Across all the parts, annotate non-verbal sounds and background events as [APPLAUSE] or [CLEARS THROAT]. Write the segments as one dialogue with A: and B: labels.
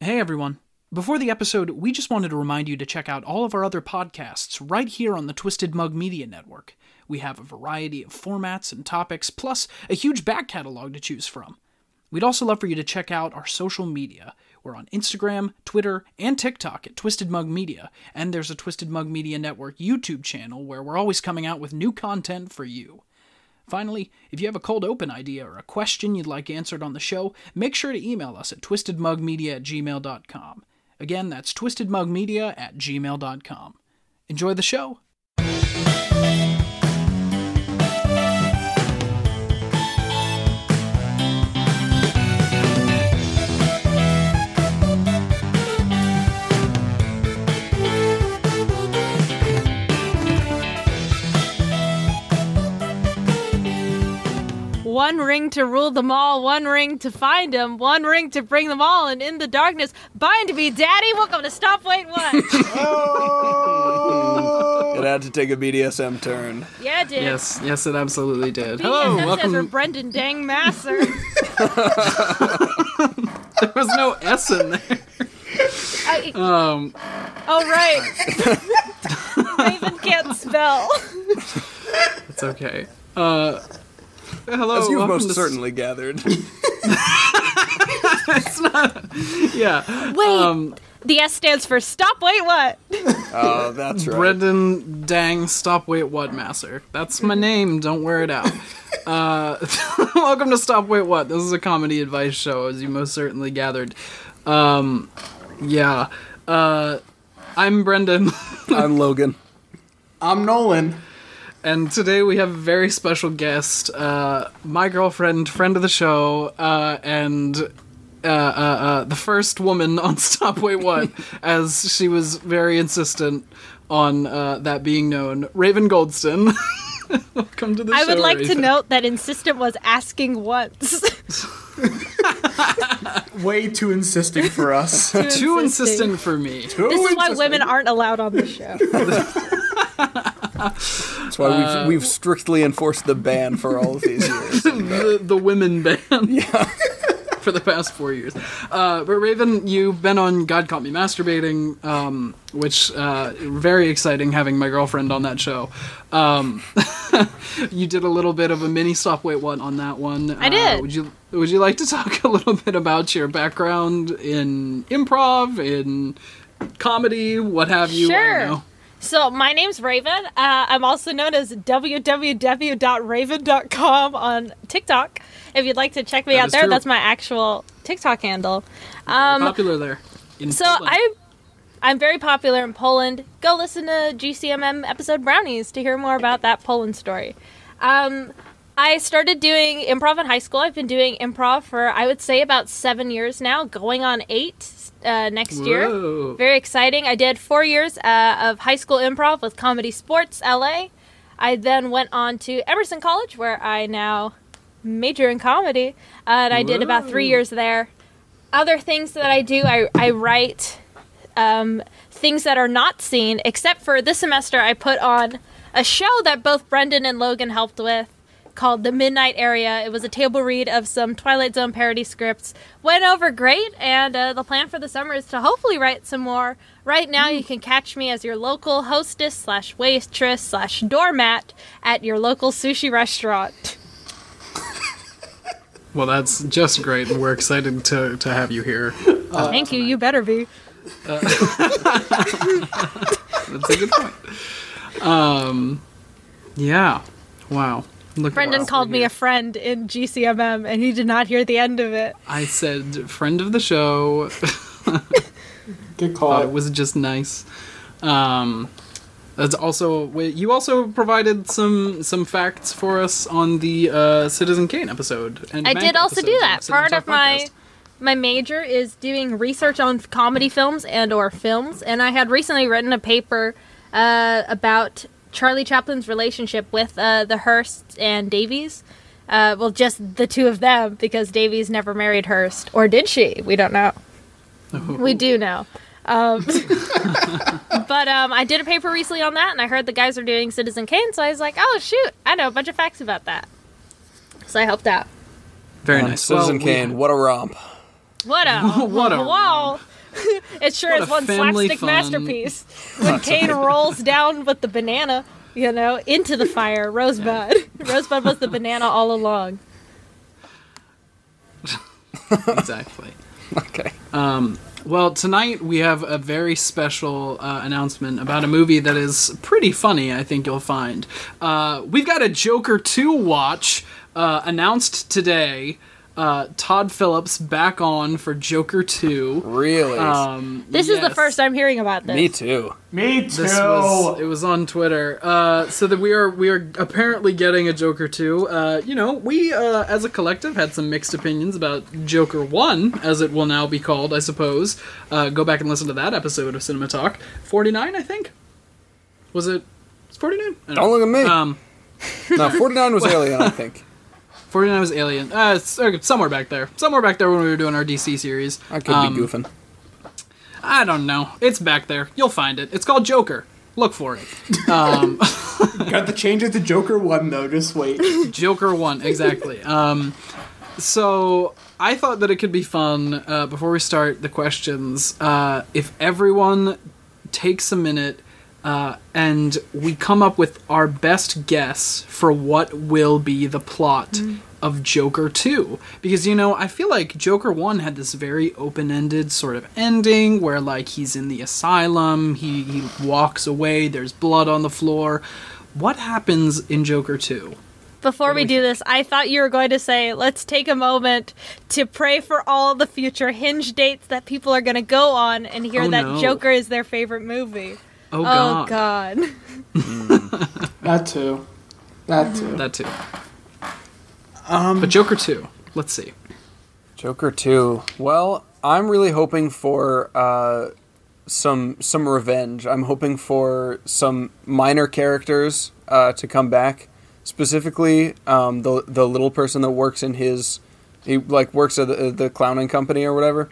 A: Hey everyone. Before the episode, we just wanted to remind you to check out all of our other podcasts right here on the Twisted Mug Media Network. We have a variety of formats and topics, plus a huge back catalog to choose from. We'd also love for you to check out our social media. We're on Instagram, Twitter, and TikTok at Twisted Mug Media, and there's a Twisted Mug Media Network YouTube channel where we're always coming out with new content for you. Finally, if you have a cold open idea or a question you'd like answered on the show, make sure to email us at twistedmugmedia at gmail.com. Again, that's twistedmugmedia at gmail.com. Enjoy the show!
B: One ring to rule them all, one ring to find them, one ring to bring them all, and in the darkness, bind me, daddy. Welcome to Stop Wait
A: [LAUGHS]
B: What.
C: It had to take a BDSM
D: [LAUGHS]
C: turn.
B: yeah, dude.
A: Yes, yes, it absolutely [LAUGHS] did.
B: BDSM
A: Hello,
B: stands for
A: welcome.
B: Brendan Dang Masser.
A: [LAUGHS] There was no S in there.
B: I-
A: Um,
B: oh,
A: [LAUGHS]
B: right. Raven can't spell.
A: it's okay. Uh, hello,
C: As you've
A: welcome
C: most
A: to s-
C: certainly gathered.
A: Yeah,
B: Wait.
A: Um,
B: the S stands for Stop Wait What.
C: [LAUGHS] Oh, that's right.
A: Brendan Dang, stop, wait, what, Masser? That's my name, don't wear it out. Uh, [LAUGHS] welcome to Stop, Wait, What? This is a comedy advice show, as you most certainly gathered. Um, yeah. Uh, I'm Brendan, [LAUGHS]
C: I'm Logan.
D: I'm Nolan.
A: and today we have a very special guest, uh, my girlfriend, friend of the show, uh, and uh, uh, uh, the first woman on [LAUGHS] Stop, Wait, What, as she was very insistent on uh, that being known, Raven Goldston. [LAUGHS] Welcome to the
B: I
A: show.
B: would like to
A: Raven.
B: note that insistent was asking once.
D: Way too insisting
A: [LAUGHS]
D: for us.
A: Too insistent for me.
B: This is why women aren't allowed on the show.
C: That's why
A: Uh,
C: we've, we've strictly enforced the ban for all
A: [LAUGHS]
C: of these years.
A: the, the women ban. [LAUGHS] For the past four years, uh, but Raven, you've been on "God Caught Me Masturbating," um, which uh, very exciting having my girlfriend on that show. Um, [LAUGHS] you did a little bit of a mini stop wait one on that one. I
B: did.
A: Would you Would you like to talk a little bit about your background in improv, in comedy, what have you? I don't
B: Sure.
A: know.
B: So my name's Raven. Uh, I'm also known as www.raven.com on TikTok. If you'd like to check me
A: That
B: out
A: is
B: there,
A: true.
B: that's my actual TikTok handle.
A: popular there. In
B: Um, So
A: Poland.
B: I, I'm very popular in Poland. Go listen to GCMM episode Brownies to hear more about that Poland story. Um, I started doing improv in high school. I've been doing improv for I would say about seven years now, going on eight uh, next year.
A: Whoa.
B: Very exciting. I did four years uh, of high school improv with Comedy Sports LA. I then went on to Emerson College, where I now major in comedy, uh, and I did about three
A: Whoa.
B: years there. Other things that I do, I, I write um, things that are not seen, except for this semester, I put on a show that both Brendan and Logan helped with called The Midnight Area. It was a table read of some Twilight Zone parody scripts. Went over great, and uh, the plan for the summer is to hopefully write some more. Right now, you can catch me as your local hostess slash waitress slash doormat at your local sushi restaurant. [LAUGHS]
A: Well, that's just great, and we're excited to, to have you here.
B: Thank you. You better be.
A: That's a good point. Um, yeah. Wow. Look,
B: Brendan
A: wow.
B: called me a friend in GCMM, and he did not hear the end of it.
A: I said friend of the show.
D: Good
A: Thought it
D: call.
A: was just nice. Um, that's also wait, you also provided some some facts for us on the uh, Citizen Kane episode. And
B: I
A: Mank
B: did also
A: episode
B: do
A: of
B: that.
A: Cinema
B: Part
A: Talk
B: of my
A: Podcast.
B: my major is doing research on comedy films and or films, and I had recently written a paper uh, about Charlie Chaplin's relationship with uh, the Hearst and Davies. Uh, well, just the two of them because Davies never married Hearst, or did she? We don't know.
A: Oh.
B: We do know. Um, [LAUGHS] but um, I did a paper recently on that, and I heard the guys are doing Citizen Kane, so I was like, "Oh shoot, I know a bunch of facts about that." So I helped out.
A: Very
C: Um,
A: nice.
C: Citizen
A: Well, we-
C: Kane, what a romp. [LAUGHS]
A: [LAUGHS]
B: What a
A: What a
B: wall! [LAUGHS] it sure
A: What
B: is
A: a
B: one
A: family
B: slapstick
A: fun.
B: masterpiece.
A: [LAUGHS]
B: When Kane rolls down with the banana, you know, into the fire, Rosebud. [LAUGHS] Rosebud was the banana all along.
A: exactly.
C: Okay.
A: Well, tonight we have a very special uh, announcement about a movie that is pretty funny, I think you'll find. Uh, we've got a Joker 2 watch uh, announced today. Uh, Todd Phillips back on for Joker 2.
C: Really?
A: Um,
B: This is the
A: yes.
B: first I'm hearing about this.
C: Me too.
D: Me too.
A: This was it was on Twitter. Uh, so that we are we are apparently getting a Joker two. Uh, you know, we uh, as a collective had some mixed opinions about Joker one, as it will now be called, I suppose. Uh, go back and listen to that episode of Cinema Talk forty nine, I think. Was it forty nine?
C: Don't look at me.
A: Um,
C: no, 49
A: [LAUGHS]
C: was Alien, I think.
A: 49 was Alien. Uh, it's, uh, somewhere back there. Somewhere back there when we were doing our DC series.
C: I could
A: Um,
C: be goofing.
A: I don't know. It's back there. You'll find it. It's called Joker. Look for it.
D: Got the change at the Joker one though. Just wait.
A: Joker one exactly. Um, so I thought that it could be fun. Uh, before we start the questions, uh, if everyone takes a minute uh, and we come up with our best guess for what will be the plot. Of Joker 2. Because, you know, I feel like Joker 1 had this very open ended sort of ending where, like, he's in the asylum, he, he walks away, there's blood on the floor. What happens in Joker 2?
B: Before we do this, I thought you were going to say, let's take a moment to pray for all the future hinge dates that people are going to go on and hear
A: Oh,
B: that
A: no.
B: Joker is their favorite movie.
A: Oh,
B: Oh,
A: God.
B: God.
D: [LAUGHS] That too. That too.
A: That too. Um, but Joker 2. Let's see.
C: Joker 2. Well, I'm really hoping for uh, some some revenge. I'm hoping for some minor characters uh, to come back. Specifically, um, the the little person that works in his he like works at the, the clowning company
A: [LAUGHS]
C: or whatever.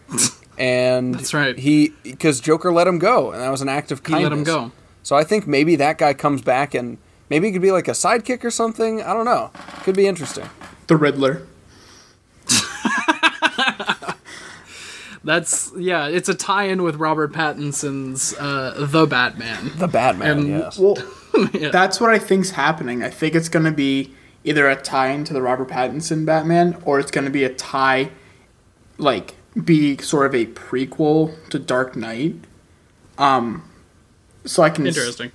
C: And
A: That's right.
C: He because Joker let him go, and that was an act of
A: let
C: kindness.
A: him go.
C: So I think maybe that guy comes back, and maybe he could be like a sidekick or something. I don't know. Could be interesting.
D: The Riddler.
A: That's yeah. It's a tie-in with Robert Pattinson's uh, The Batman.
C: The Batman,
A: And-
C: yes.
D: Well,
A: [LAUGHS] Yeah.
D: that's what I think's happening. I think it's going to be either a tie into the Robert Pattinson Batman, or it's going to be a tie, like be sort of a prequel to Dark Knight. Um, so I can s-
A: Interesting.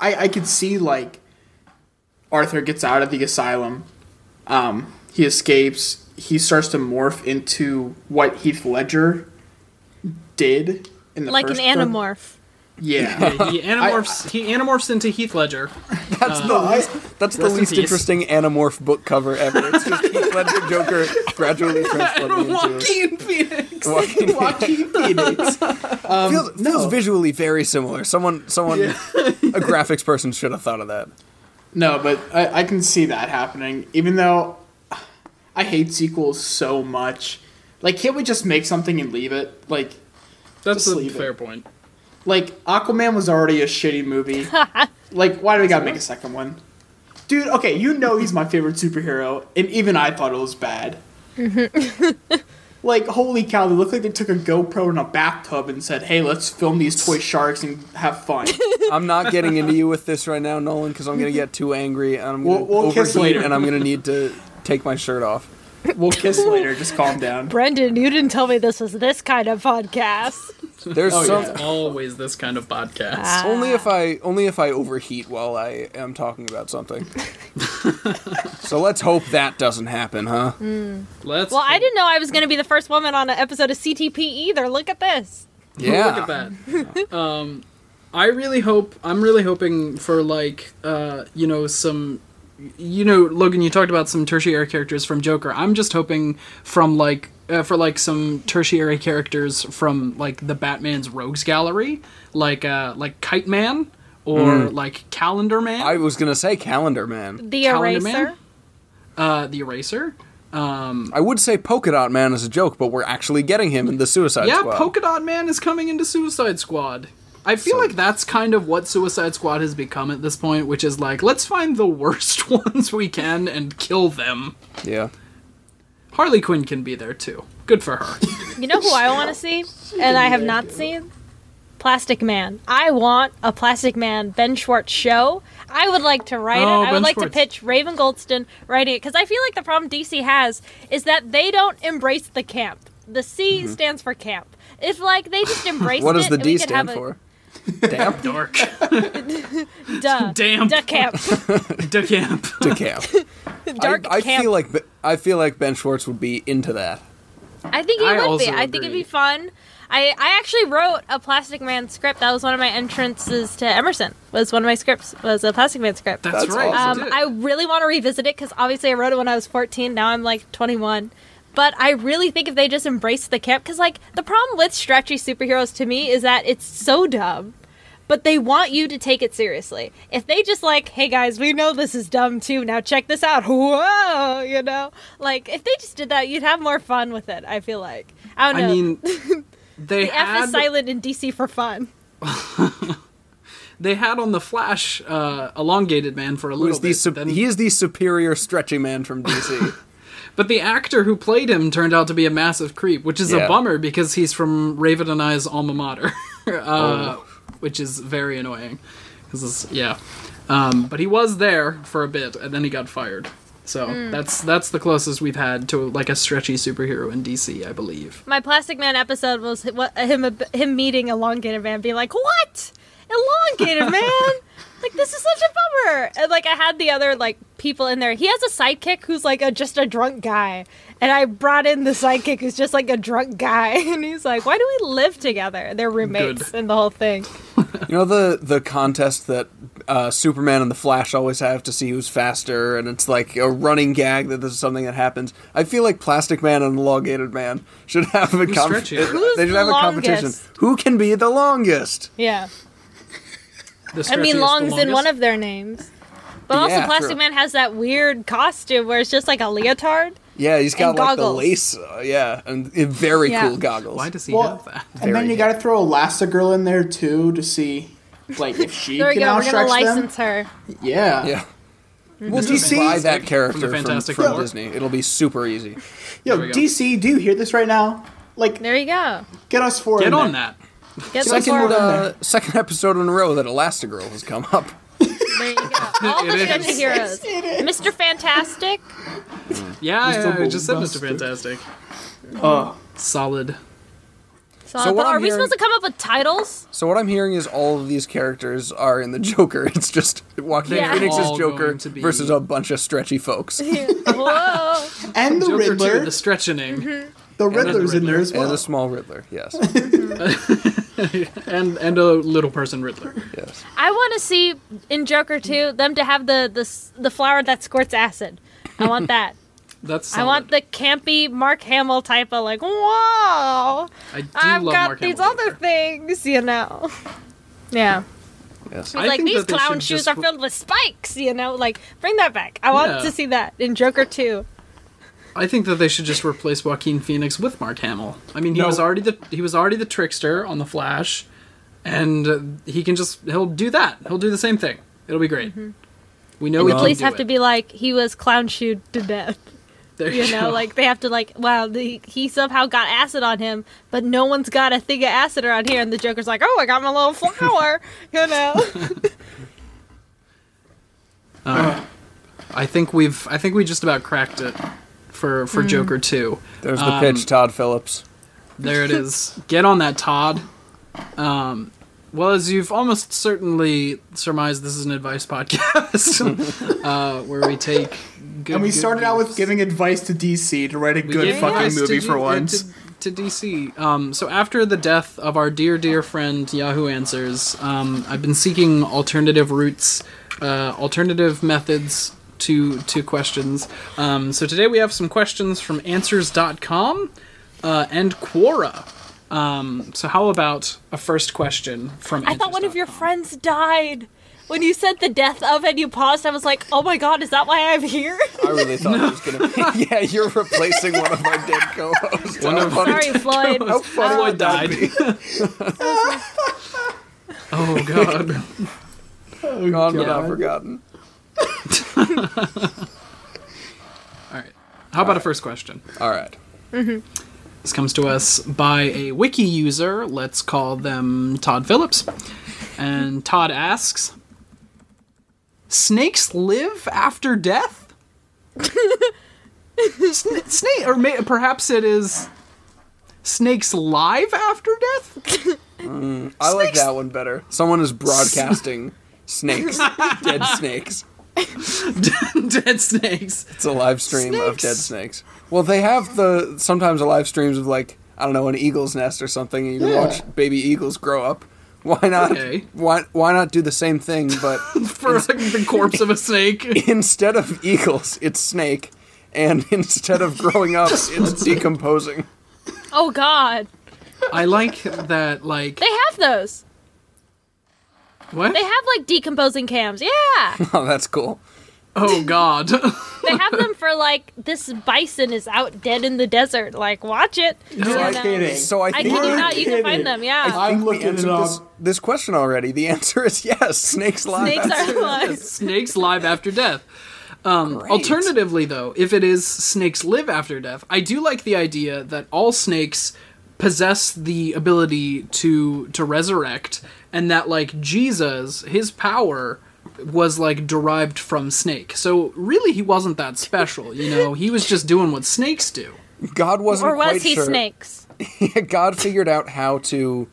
D: I I could see like Arthur gets out of the asylum, um, he escapes, he starts to morph into what Heath Ledger did in the
B: like an
D: first Dark-
B: animorph.
D: Yeah,
A: He animorphs. he animorphs into Heath Ledger.
C: That's
D: Uh,
C: the least, that's the
A: Rest in
C: least
A: peace.
C: interesting Animorph book cover ever. It's just
D: [LAUGHS]
C: Heath Ledger Joker gradually transforming into
A: Joaquin Phoenix.
C: Joaquin.
D: [LAUGHS] Joaquin [LAUGHS] Phoenix.
C: feels, feels visually very similar. Someone, someone,
D: [LAUGHS]
C: a graphics person should have thought of that.
D: No, but I, I can see that happening. Even though I hate sequels so much, like can't we just make something and leave it? Like,
A: That's
D: Just
A: a
D: leave it.
A: fair point.
D: like Aquaman was already a shitty
B: [LAUGHS]
D: movie. like, why do we gotta make a second one? Dude, okay, you know he's my favorite superhero, and even I thought it
B: [LAUGHS]
D: was bad. like, holy cow! They look like they took a GoPro in a bathtub and said, "Hey, let's film these toy sharks and have
B: [LAUGHS]
D: fun."
C: I'm not getting into you with this right now, Nolan, because I'm gonna get too angry and I'm gonna
D: We'll- we'll kiss
C: overheat
D: later.
C: and I'm gonna need to take my shirt off.
D: we'll kiss later. Just calm down.
B: Brendan, you didn't tell me this was this kind of podcast.
C: There's
D: Oh,
C: some.
D: yeah.
A: Always this kind of podcast.
C: Only if I only if I overheat while I am talking about
D: [LAUGHS]
C: something. so let's hope that doesn't happen, huh?
A: Let's.
B: Well, I didn't know I was going to be the first woman on an episode of CTP E either. Look at this.
C: Yeah.
A: Look at that. um, I really hope. I'm really hoping for like, uh, you know, some. You know, Logan, you talked about some tertiary characters from Joker. I'm just hoping from like. Uh, for like some tertiary characters from like the Batman's Rogues Gallery, like uh, like Kite Man or like Calendar Man,
C: Mm. I was gonna say Calendar Man.
B: The
A: Calendar
B: eraser.
A: Man? uh, the Eraser.
C: I would say Polka Dot Man is a joke, but we're actually getting him in the Suicide
A: yeah,
C: Squad.
A: Polka Dot Man is coming into Suicide Squad. I feel like that's kind of what Suicide Squad has become at this point, which [LAUGHS] is like, let's find the worst ones we can and kill them.
C: yeah,
A: Harley Quinn can be there too. Good for
C: [LAUGHS]
A: her.
B: You know who I want to see, and I have not seen? Plastic Man. I want a Plastic Man Ben Schwartz show. I would like to write
A: Oh,
B: it. I would
A: Ben
B: like
A: Schwartz.
B: to pitch Raven Goldston writing it because I feel like the problem DC has is that they don't embrace the camp. The C stands for camp. If like they
C: [LAUGHS]
B: just embrace
C: Mm-hmm. What does
B: it,
C: the
B: and we
C: D
B: could
C: stand
B: have [LAUGHS]
C: for?
A: Damn dork.
B: A, duh,
A: [LAUGHS] Damn.
B: duh
C: [LAUGHS]
B: camp,
A: Duck camp.
C: To
B: [LAUGHS]
C: camp.
B: dark
C: I, I
B: camp.
C: feel like Be- I feel like Ben Schwartz would be into that.
B: I think it
A: I
B: would
A: also
B: be. I think it'd
A: agree.
B: be fun. I, I actually wrote a Plastic Man script. That was one of my entrances to Emerson. Was one of my scripts was a Plastic Man script.
A: That's,
C: [LAUGHS] That's
A: right.
C: awesome.
A: you
B: um,
A: did.
B: I really want to revisit it because obviously I wrote it when I was 14. Now I'm like 21. But I really think if they just embraced the camp, because like the problem with stretchy superheroes to me is that it's so dumb, but they want you to take it seriously. If they just like, hey guys, we know this is dumb too. Now check this out. [LAUGHS] Whoa, you know, like if they just did that, you'd have more fun with it. I feel like I don't
A: I
B: know. [LAUGHS]
A: mean, they
B: the F
A: had
B: is silent in DC for fun.
A: they had on the Flash uh, elongated man for a
C: Who's
A: little
C: the
A: bit.
C: sup-
A: then-
C: he is the superior stretchy man
B: [LAUGHS]
C: from DC.
A: But the actor who played him turned out to be a massive creep, which is a
C: Yeah.
A: bummer because he's from Raven and I's alma mater, [LAUGHS] uh, which is very annoying. 'Cause it's- yeah, um, but he was there for a bit and then he got fired. So
B: Hmm.
A: that's that's the closest we've had to like a stretchy superhero in DC, I believe.
B: my Plastic Man episode was hi- what- him him meeting Elongated Man, being like, "What,
A: [LAUGHS]
B: Elongated Man? like this is such a bummer." And like I had the other like people in there. He has a sidekick who's like a just a drunk guy, and I brought in the sidekick who's just like a drunk guy, [LAUGHS] and he's like, "Why do we live together?" They're roommates
A: Good.
B: and the whole thing.
C: you know the the contest that uh, Superman and the Flash always have to see who's faster, and it's like a running gag that this is something that happens. I feel like Plastic Man and Elongated Man should have a competition.
A: stretchier?
B: Who's
C: They should
B: the
C: have a competition.
B: longest?
C: Who can be the longest?
B: Yeah,
A: The
B: I
A: stretchiest,
B: mean,
A: the
B: Long's in
A: longest.
B: one of their names, but also
C: Yeah,
B: Plastic
C: true.
B: Man has that weird costume where it's just like a leotard.
C: Yeah, he's got
B: And
C: like
B: goggles.
C: the lace. Uh, yeah, and uh, very
B: Yeah.
C: cool goggles.
A: Why does he have that?
D: and then
C: Very
D: you got to throw Elastigirl in there too to see, like, if she
B: There we
D: can
B: go. We're gonna
D: outstretch them.
B: license her.
D: Yeah.
C: yeah. We'll
A: Mr.
C: just buy
A: Fantastic
C: that character
A: from the
C: from,
A: Fantastic
C: from
A: Four.
C: Disney. It'll be
A: [LAUGHS]
C: super easy.
D: Yo,
A: we go.
D: DC, do you hear this right now? Like,
B: There you go.
D: get us four.
A: Get
D: in
A: on that.
D: there.
B: Get some more
C: Second, uh, second episode in a row that Elastigirl has come up.
B: There you go. All the
A: [LAUGHS] It
B: stretchy
A: is.
B: heroes. Mr. Fantastic.
A: Yeah, yeah, I just said Mr.
D: Bombastic.
A: Fantastic.
D: Oh.
A: Solid.
B: So,
C: So what
B: but are
C: I'm
B: we
C: hearing-
B: supposed to come up with titles?
C: So what I'm hearing is all of these characters are in the Joker. [LAUGHS] It's just Joaquin
B: Yeah.
C: Phoenix's
A: All
C: Joker
A: going to be-
C: versus a bunch of stretchy folks. and
B: [LAUGHS] Whoa.
D: And the
A: Joker
D: Riddler.
A: too, the stretchening.
B: Mm-hmm.
D: the Riddler's in there
A: Riddler.
D: as well.
C: a small Riddler. Yes.
A: and and a little person Riddler.
C: Yes.
B: I want to see in Joker 2 them to have the, the s- the flower that squirts acid. I
A: [LAUGHS]
B: want that.
A: That's
B: I want the campy Mark Hamill type of like, whoa.
A: I do
B: I've
A: love
B: got
A: Mark
B: these
A: Hamill
B: other
A: Joker.
B: things, you know. [LAUGHS] Yeah.
C: Yes.
A: I
B: like
A: think
B: these
A: that they
B: clown
A: should
B: shoes
A: just-
B: are filled with spikes, you know. Like bring that back. I want
A: Yeah.
B: to see that in Joker 2.
A: I think that they should just replace Joaquin Phoenix with Mark Hamill. I mean, he
D: No.
A: was already the he was already the trickster on the Flash, and uh, he can just he'll do that. He'll do the same thing. It'll be great.
B: Mm-hmm.
A: We know
B: And
A: we
B: the
A: can
B: police
A: do
B: have
A: it.
B: to be like, he was clown shoed to death.
A: There
B: [LAUGHS] You know,
A: go.
B: like they have to like, wow, the, he somehow got acid on him, but no one's got a thing of acid around here, and the Joker's like, oh, I got my little flower, [LAUGHS] you know.
A: I think we've I think we just about cracked it for
B: Mm-hmm.
A: for Joker two.
C: There's the
A: Um,
C: pitch, Todd Phillips.
A: There it
B: [LAUGHS]
A: is. Get on that, Todd. Um, well, as you've almost certainly surmised, this is an advice [LAUGHS]
D: [LAUGHS]
A: podcast uh, where we take. Good,
D: and we
A: good
D: started out with
A: goofs.
D: giving advice to DC to write a
A: We
D: good
A: gave
D: fucking
A: advice to
D: movie
A: D-
D: for
A: uh,
D: once.
A: To, to DC. Um, so after the death of our dear, dear friend Yahoo Answers, um, I've been seeking alternative routes, uh, alternative methods to to questions. Um, so today we have some questions from Answers.com uh, and Quora. Um, so how about a first question from?
B: I thought one of your friends died. When you said the death of and you paused, I was like, oh my god, is that why I'm here?
C: I
A: [LAUGHS]
C: really thought it was gonna. be... [LAUGHS] Yeah, you're replacing one of our dead co-hosts. One of
B: [LAUGHS] Sorry, Floyd.
C: How funny
A: Floyd
C: would that
A: died.
C: be?
A: [LAUGHS] Oh God.
C: Gone but
A: Oh, God.
C: not forgotten.
A: All right. How about a first question?
C: All right.
A: This comes to us by a wiki user. Let's call them Todd Phillips. And Todd asks Snakes live after [LAUGHS] death? Sn- snake, or may- perhaps it is snakes live after death?
C: I like that one better. Someone is broadcasting snakes, dead snakes.
A: [LAUGHS] Dead snakes.
C: It's a live stream of
A: Snakes.
C: dead snakes. Well, they have the sometimes a live streams of like I don't know an eagle's nest or something, and you can
D: Yeah.
C: watch baby eagles grow up. Why not?
A: Okay.
C: Why why not do the same thing? But
A: For like, the corpse of a snake.
C: instead of eagles, it's snake, and [LAUGHS] instead of growing up, it's decomposing.
B: [LAUGHS] Oh God,
A: I like that, like.
B: they have those.
A: What?
B: They have like decomposing cams. Yeah,
C: Oh, that's cool.
A: Oh, God. [LAUGHS]
B: they have them for like this bison is out dead in the desert. Like watch it.
D: You're
B: I-
D: kidding.
C: So I
B: I
C: think
B: kid you
D: We're
B: not, you can
D: kidding.
B: find them. Yeah,
D: I'm
C: we
D: looking it
C: answered
D: up.
C: this, this question already. The answer is yes. Snakes live.
B: snakes
C: That's
B: are alive.
A: snakes live after death. Um,
C: Great.
A: alternatively, though, if it is snakes live after death, I do like the idea that all snakes possess the ability to to resurrect, and that like Jesus, his power was like derived from snake. So really, he wasn't that special. You know, he was just doing what snakes do.
C: God wasn't
B: Or was
C: quite
B: he
C: sure. [LAUGHS]
B: snakes?
C: God figured out how to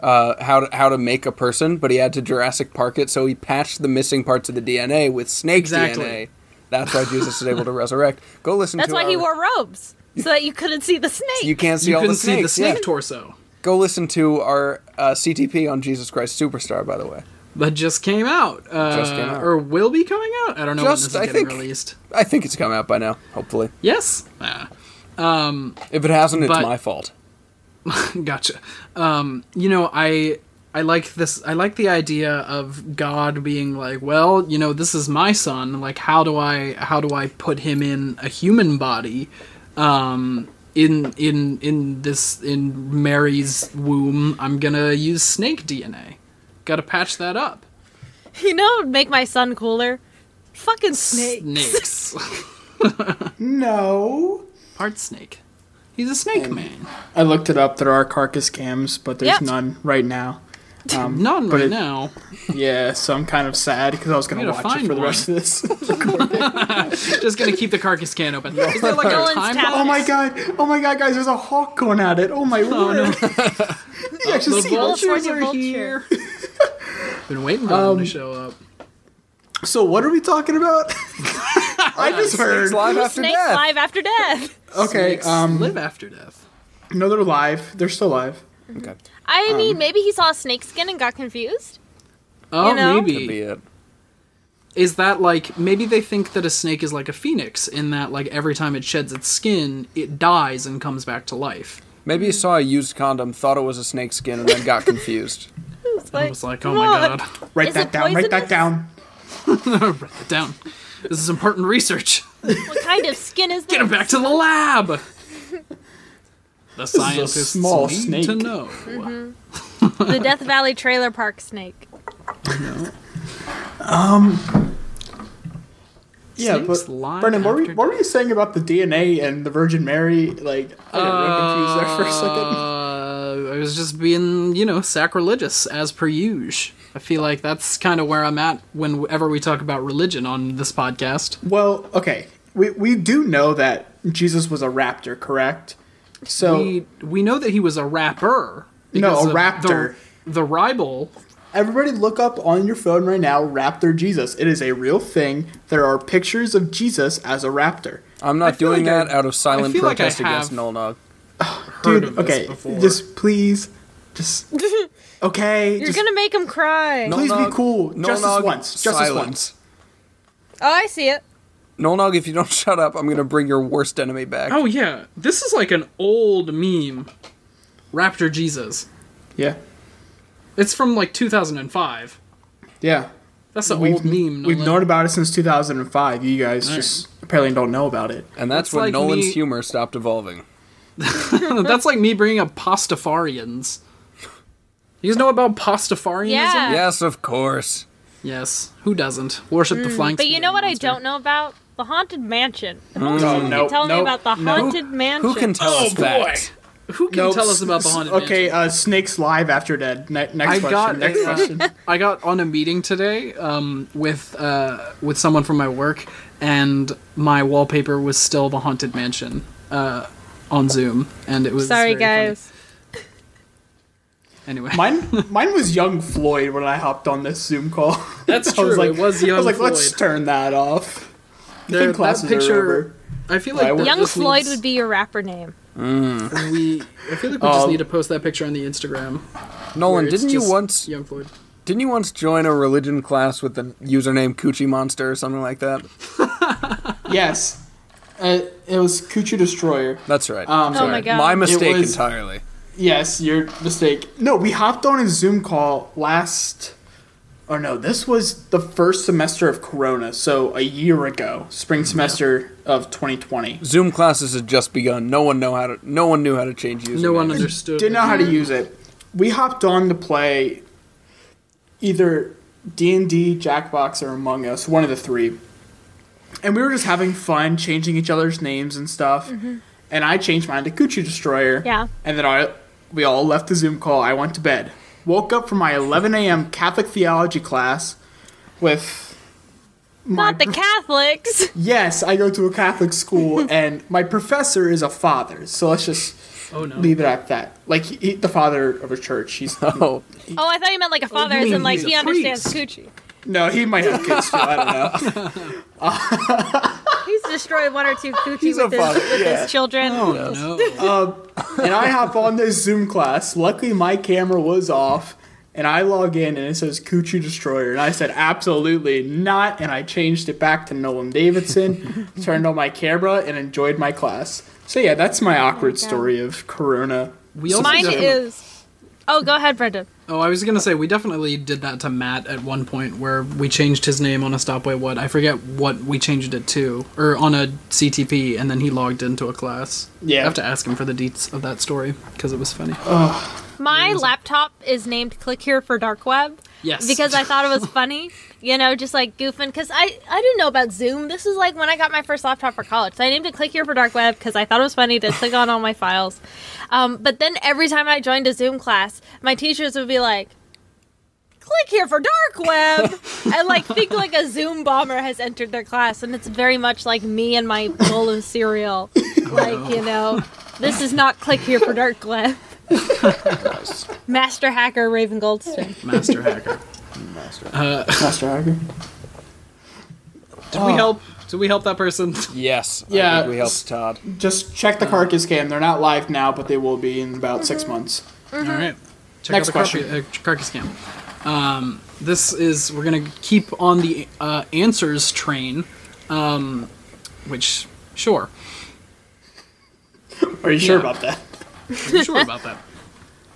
C: uh, how to, how to make a person, but he had to Jurassic Park it, so he patched the missing parts of the DNA with snake
A: Exactly.
C: DNA. That's why Jesus is
B: [LAUGHS]
C: able to resurrect. Go listen.
B: That's
C: to
B: why
C: our,
B: he wore robes so that you couldn't see the snake.
C: You can't see
A: You
C: all
A: couldn't
C: the
A: see
C: snakes.
A: the snake
C: yeah.
A: torso
C: Go listen to our uh, CTP on Jesus Christ Superstar, by the way.
A: that just came out, uh,
C: Just came out.
A: or will be coming out. I don't know
C: Just-
A: when this is
C: I
A: getting
C: think-
A: released.
C: I think it's come out by now. Hopefully,
A: Yes. Ah.
C: if it hasn't, it's
A: But-
C: my fault.
A: gotcha um you know i i like this i like the idea of god being like well you know this is my son like how do i how do i put him in a human body um in in in this in mary's womb i'm gonna use snake dna gotta patch that up
B: You know, what would make my son cooler. Fucking snake.
A: snakes
D: No.
A: part snake he's a snake man
D: I looked it up. There are carcass cams, but there's
B: Yep.
D: none
B: [LAUGHS]
D: right now. Um,
A: none
D: but
A: right
D: it-
A: now
D: Yeah, so I'm kind of sad because I was going
A: You
D: to
A: gotta
D: watch it
A: find
D: for the
A: one.
D: rest of this.
A: just gonna keep the carcass can open is there like a
B: Nolan's
A: time
B: tap-
D: [LAUGHS] oh my god! Oh my god, guys! There's a hawk going at it.
A: [LAUGHS]
D: Oh my word! you actually see
B: vulture.
D: vultures.
B: vultures are vulture. here.
D: [LAUGHS]
A: Been waiting for them to show up.
D: So what are we talking about? [LAUGHS]
A: [LAUGHS]
D: I just heard.
C: Snakes live after
B: Snakes
C: death.
B: live after death.
D: Okay.
A: Snakes
D: Um.
A: live after death.
D: No, they're live. They're still live.
C: Okay,
B: I
C: Um,
B: mean, maybe he saw a snake skin and got confused.
A: Oh,
B: You know?
C: could be
A: maybe
C: it.
A: is that like maybe they think that a snake is like a phoenix in that like every time it sheds its skin, it dies and comes back to life.
C: Maybe you saw a used condom, thought it was a snake skin, and then
B: [LAUGHS]
C: got confused.
B: It's like,
A: I was like, oh
B: come
A: my
B: on.
A: god,
D: Write
B: Is
D: that
B: it
D: down. Write that
B: poisonous?
A: [LAUGHS]
D: down.
A: write that down. This is important research. [LAUGHS]
B: What kind of skin is
A: Get
B: that?
A: it back to the
B: [LAUGHS]
A: lab. The scientists
D: small
A: need
D: snake.
A: to know.
B: Mm-hmm. The Death Valley Trailer Park snake.
D: Yeah,
A: Snakes
D: but
A: live
D: Brendan, what were, you,
A: after
D: what were you saying about the DNA and the Virgin Mary? Like, I got real confused there for a second.
A: Uh, I was just being, you know, sacrilegious as per usual. I feel like that's kind of where I'm at whenever we talk about religion on this podcast.
D: Well, okay, we we do know that Jesus was a raptor, correct? So
A: We we know that he was a rapper. because
D: Oh. a
A: of
D: raptor.
A: The, the rival.
D: everybody, look up on your phone right now, raptor Jesus. It is a real thing. There are pictures of Jesus as a raptor.
C: I'm
A: I
C: not
A: feel
C: doing
A: like I-
C: that out of silent
A: feel like I
C: protest against
A: have-
C: Null Nog.
A: Heard of this
D: okay,
A: before.
D: just please,
B: [LAUGHS]
D: just okay.
B: You're
D: just,
B: gonna make him cry.
D: Please
C: Null
D: be
C: Nog-
D: cool.
C: Null
D: Just this
C: Nog,
D: once. Just this
C: silence.
D: once.
B: Oh, I see it.
C: Null Nog, if you don't [LAUGHS] shut up, I'm gonna bring your worst enemy back.
A: Oh yeah, this is like an old meme. Raptor Jesus.
D: Yeah,
A: It's from like 2005.
D: yeah.
A: That's an
D: We've-
A: old meme.
D: We've
A: Nolan.
D: known about it since 2005. You guys
A: Alright.
D: just apparently don't know about it.
C: and that's
A: It's
C: when
A: like
C: Nolan's
A: me-
C: humor stopped evolving.
A: [LAUGHS] That's like me bringing up Pastafarians. You guys know about Pastafarianism?
B: Yeah.
C: Yes, of course.
A: Yes. Who doesn't worship the flying?
B: Mm, But you know what I don't know about? The Haunted Mansion.
A: Mm.
D: Oh, no,
B: Tell me
D: nope,
B: about the
D: nope.
B: Haunted Mansion.
C: Who can tell
A: Oh,
C: us that?
A: boy. Who can
D: Nope.
A: tell us about the
D: S-
A: haunted
D: Okay,
A: mansion?
D: uh, Snake's Live After Dead. Ne- next
A: I
D: question.
A: got
D: next
A: a- [LAUGHS]
D: question.
A: I got on a meeting today um, with uh, with someone from my work, and my wallpaper was still the haunted mansion uh, on Zoom, and it was
B: Sorry,
A: very
B: guys.
A: funny. Anyway,
D: Mine, mine was Young Floyd when I hopped on this Zoom call. [LAUGHS]
A: That's
D: I was
A: true,
D: like,
A: it was
D: I was
A: Young
D: like, let's
A: Floyd.
D: turn that off. I
A: There-
D: think
A: [LAUGHS]
D: classes
A: that
D: are
A: picture.
D: over.
A: I feel like
D: Why
A: that
D: would-
B: Young
A: just
B: Floyd
A: needs-
B: would be your rapper name.
A: We, I feel like we just
D: Um,
A: need to post that picture on the Instagram. where
C: Nolan,
A: it's
C: didn't you
A: just
C: once
A: Young Floyd?
C: didn't you once join a religion class with the username Coochie Monster or something like that?
D: Yes. Uh, it was Coochie Destroyer.
C: That's right.
D: Um,
B: Oh my god.
C: My mistake
D: was-
C: entirely.
D: Yes, your mistake. No, we hopped on a Zoom call last. Or no, this was the first semester of Corona, so a year ago, spring semester of 2020.
C: Zoom classes had just begun. No one know how to. No one knew how to change usernames.
A: No one understood.
D: Didn't know how to use it. We hopped on to play either D and D, Jackbox, or Among Us, one of the three. And we were just having fun, changing each other's names and stuff. And I changed mine to Coochie Destroyer.
B: Mm-hmm. Yeah.
D: And then I, we all left the Zoom call. I went to bed. Woke up from my 11 a.m. Catholic theology class with
B: Not the Catholics.
D: yes, I go to a
B: [LAUGHS]
D: Catholic school, and my professor is a father. So let's just
A: Oh no.
D: leave it at that. Like he, he- the father of a church. [LAUGHS] He's
C: Oh,
B: Oh, I thought you meant like a father, as
A: mean
B: in like
A: he's
B: he
A: a
B: understands coochie.
D: no, he might have kids too. I don't [LAUGHS] know.
B: He's destroyed one or two coochie
C: He's a
B: with, his,
C: father,
B: with
C: yeah.
B: his children.
A: Oh no.
D: Um, and I hop on this Zoom class. Luckily, my camera was off, and I log in and it says Coochie Destroyer, and I said absolutely not, and I changed it back to Nolan [LAUGHS] Davidson, turned on my camera, and enjoyed my class. So yeah, that's my awkward story of Corona.
A: We also
B: Mine
A: definitely-
B: is. Oh, go ahead, Brendan.
A: Oh, I was gonna say we definitely did that to Matt at one point where we changed his name on a stopway. What I forget what we changed it to, or on a CTP, and then he logged into a class.
D: Yeah. Oh.
A: I have to ask him for the deets of that story because it was funny.
B: My laptop is named Click Here for Dark Web
A: yes,
B: because I thought it was funny. You know, just like goofing. Because I, I didn't know about Zoom. This is like when I got my first laptop for college. So I named it Click Here for Dark Web because I thought it was funny to click on all my files. Um, but then every time I joined a Zoom class, my teachers would be like, click here for
A: [LAUGHS]
B: dark web and like think like a zoom bomber has entered their class and it's very much like me and my bowl of
A: [LAUGHS]
B: cereal like you know this is not click here for dark web master hacker raven goldstein
A: master
D: [LAUGHS]
A: hacker.
D: Master Hacker.
A: Did
D: Oh.
A: we help? Did we help that person? [LAUGHS]
B: Mm-hmm.
C: yes. I
D: Yeah.
C: think we helped Todd.
D: Just check the carcass cam. They're not live now, but they will be in about six months.
A: All right. Check
D: Next
A: out the carpet- uh, carcass cam. Um, this is we're gonna keep on the uh, answers train, um, which sure,
D: Are you sure
A: Yeah.
D: about that?
A: [LAUGHS] I'm sure about that.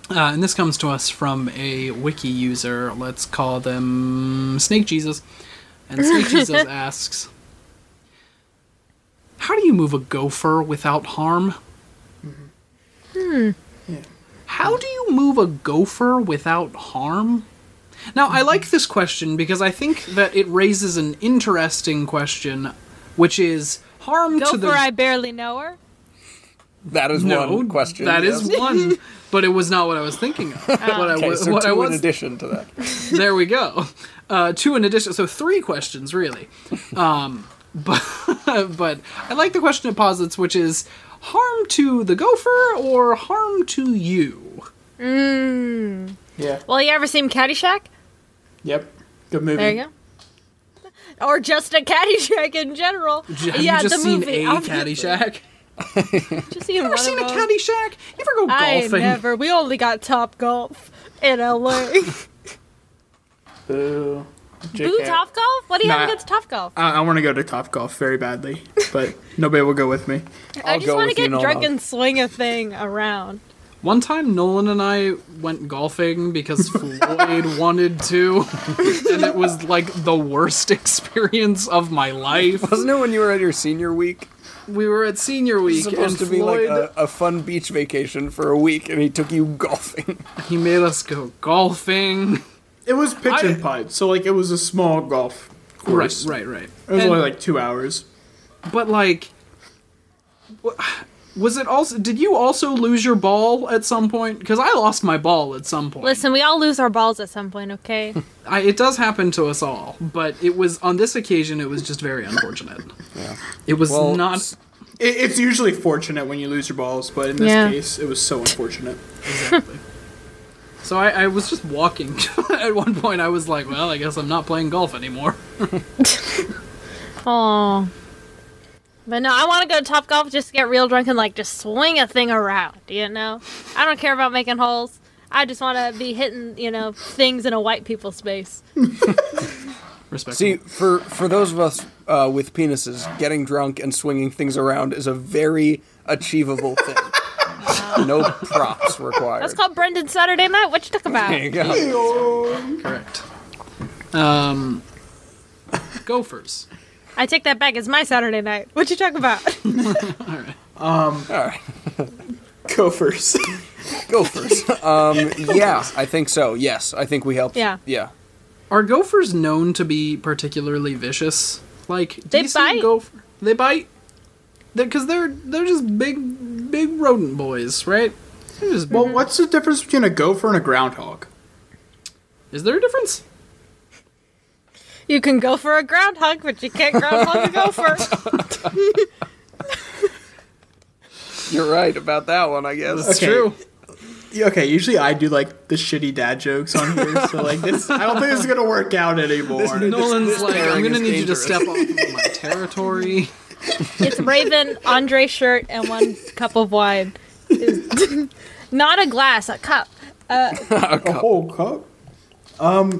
A: Uh, and this comes to us from a wiki user. Let's call them Snake Jesus. And Snake Jesus asks, "How do you move a gopher without harm?" How do you move a gopher without harm? Now, I like this question because I think that it raises an interesting question, which is harm
B: go
A: to the
B: for i barely know her
C: That is one question.
A: that
C: yes. Ah.
A: is
C: [LAUGHS]
A: one, but it was not what I was thinking of. what I,
C: Okay,
A: wa-
C: so
A: what
C: two
A: I
C: in
A: was.
C: addition to that.
A: There we go. Uh, two in addition. So three questions, really. Um, [LAUGHS] but, but I like the question it posits, which is harm to the gopher or harm to you?
D: Yeah.
B: Mm. well you ever seen caddyshack
D: Yep. Good movie.
B: there you go or just a caddyshack in general
A: J- Have
B: yeah
A: you just
B: the
A: seen
B: movie
A: a
B: obviously.
A: Caddyshack?
B: [LAUGHS] just seen
A: Ever
B: one
A: seen a
B: of them.
A: Caddyshack? You ever go
B: I
A: golfing?
B: never. We only got Top Golf in LA.
A: [LAUGHS]
D: Boo.
B: Boo
D: JK.
B: Top Golf? What do you have
D: Nah.
B: against Top Golf?
D: I, I want to go to Top Golf very badly, but nobody will go with me.
B: I
C: I'll
B: just
C: go
B: want to
C: with you,
B: get
C: Nolan.
B: drunk and swing a thing around.
A: One time, Nolan and I went golfing because Floyd wanted to, and it was like the worst experience of my life.
C: Wasn't it when you were at your senior week?
A: We were at senior
C: It was
A: week, and
C: supposed to be like
A: Floyd
C: a, a fun beach vacation for a week, and he took you
A: [LAUGHS]
C: golfing.
A: he made us go golfing.
D: It was pitch
A: I-
D: and putt, so like it was a small golf course.
A: Right, right, right.
D: It was
A: And-
D: only like two hours.
A: But like, wa- was it also? Did you also lose your ball at some point? Because I lost my ball at some point.
B: Listen, we all lose our balls at some point, okay?
A: I, it does happen to us all, but it was on this occasion. It was just very unfortunate.
C: Yeah.
A: It was
C: Well,
A: not
C: s-
D: It, it's usually fortunate when you lose your balls, but in this
B: Yeah.
D: case, it was so unfortunate.
A: exactly. [LAUGHS] so I, I was just walking. [LAUGHS] at one point, I was like, "Well, I guess I'm not playing golf anymore."
B: Oh. But no, I want to go to Top Golf just to get real drunk and like just swing a thing around, you know? I don't care about making holes. I just want to be hitting, you know, things in a white people space.
A: Respect.
C: See, for for those of us uh, with penises, getting drunk and swinging things around is a very achievable thing.
A: [LAUGHS]
C: no props required.
B: That's called Brendan's Saturday Night. What you talk about?
C: There you go.
A: correct. Um, gophers.
B: I take that back. It's my Saturday night. What you talk about?
C: All right.
D: Gophers. [LAUGHS]
C: Gophers. Um, yeah, I think so. Yes, I think we helped.
B: Yeah.
C: Yeah.
A: Are gophers known to be particularly vicious? Like
B: They
A: DC
B: bite.
A: gopher, they bite. Because they're they're just big big rodent boys, right? They're just-
D: well, what's the difference between a gopher and a groundhog?
A: is there a difference?
B: you can go for a groundhog, but you can't groundhog a gopher.
C: You're right about that one, I guess.
A: That's
D: Okay.
A: true.
D: Yeah, okay, usually I do like the shitty dad jokes on here, so like this, I don't think it's gonna work [LAUGHS] out anymore.
A: Nolan's like, I'm
C: pairing
A: gonna
C: is
A: need you to
C: dangerous."
A: step off of my territory.
B: It's Raven, Andre shirt, and one cup of wine. Is- [LAUGHS] Not a glass, a cup.
D: a whole cup.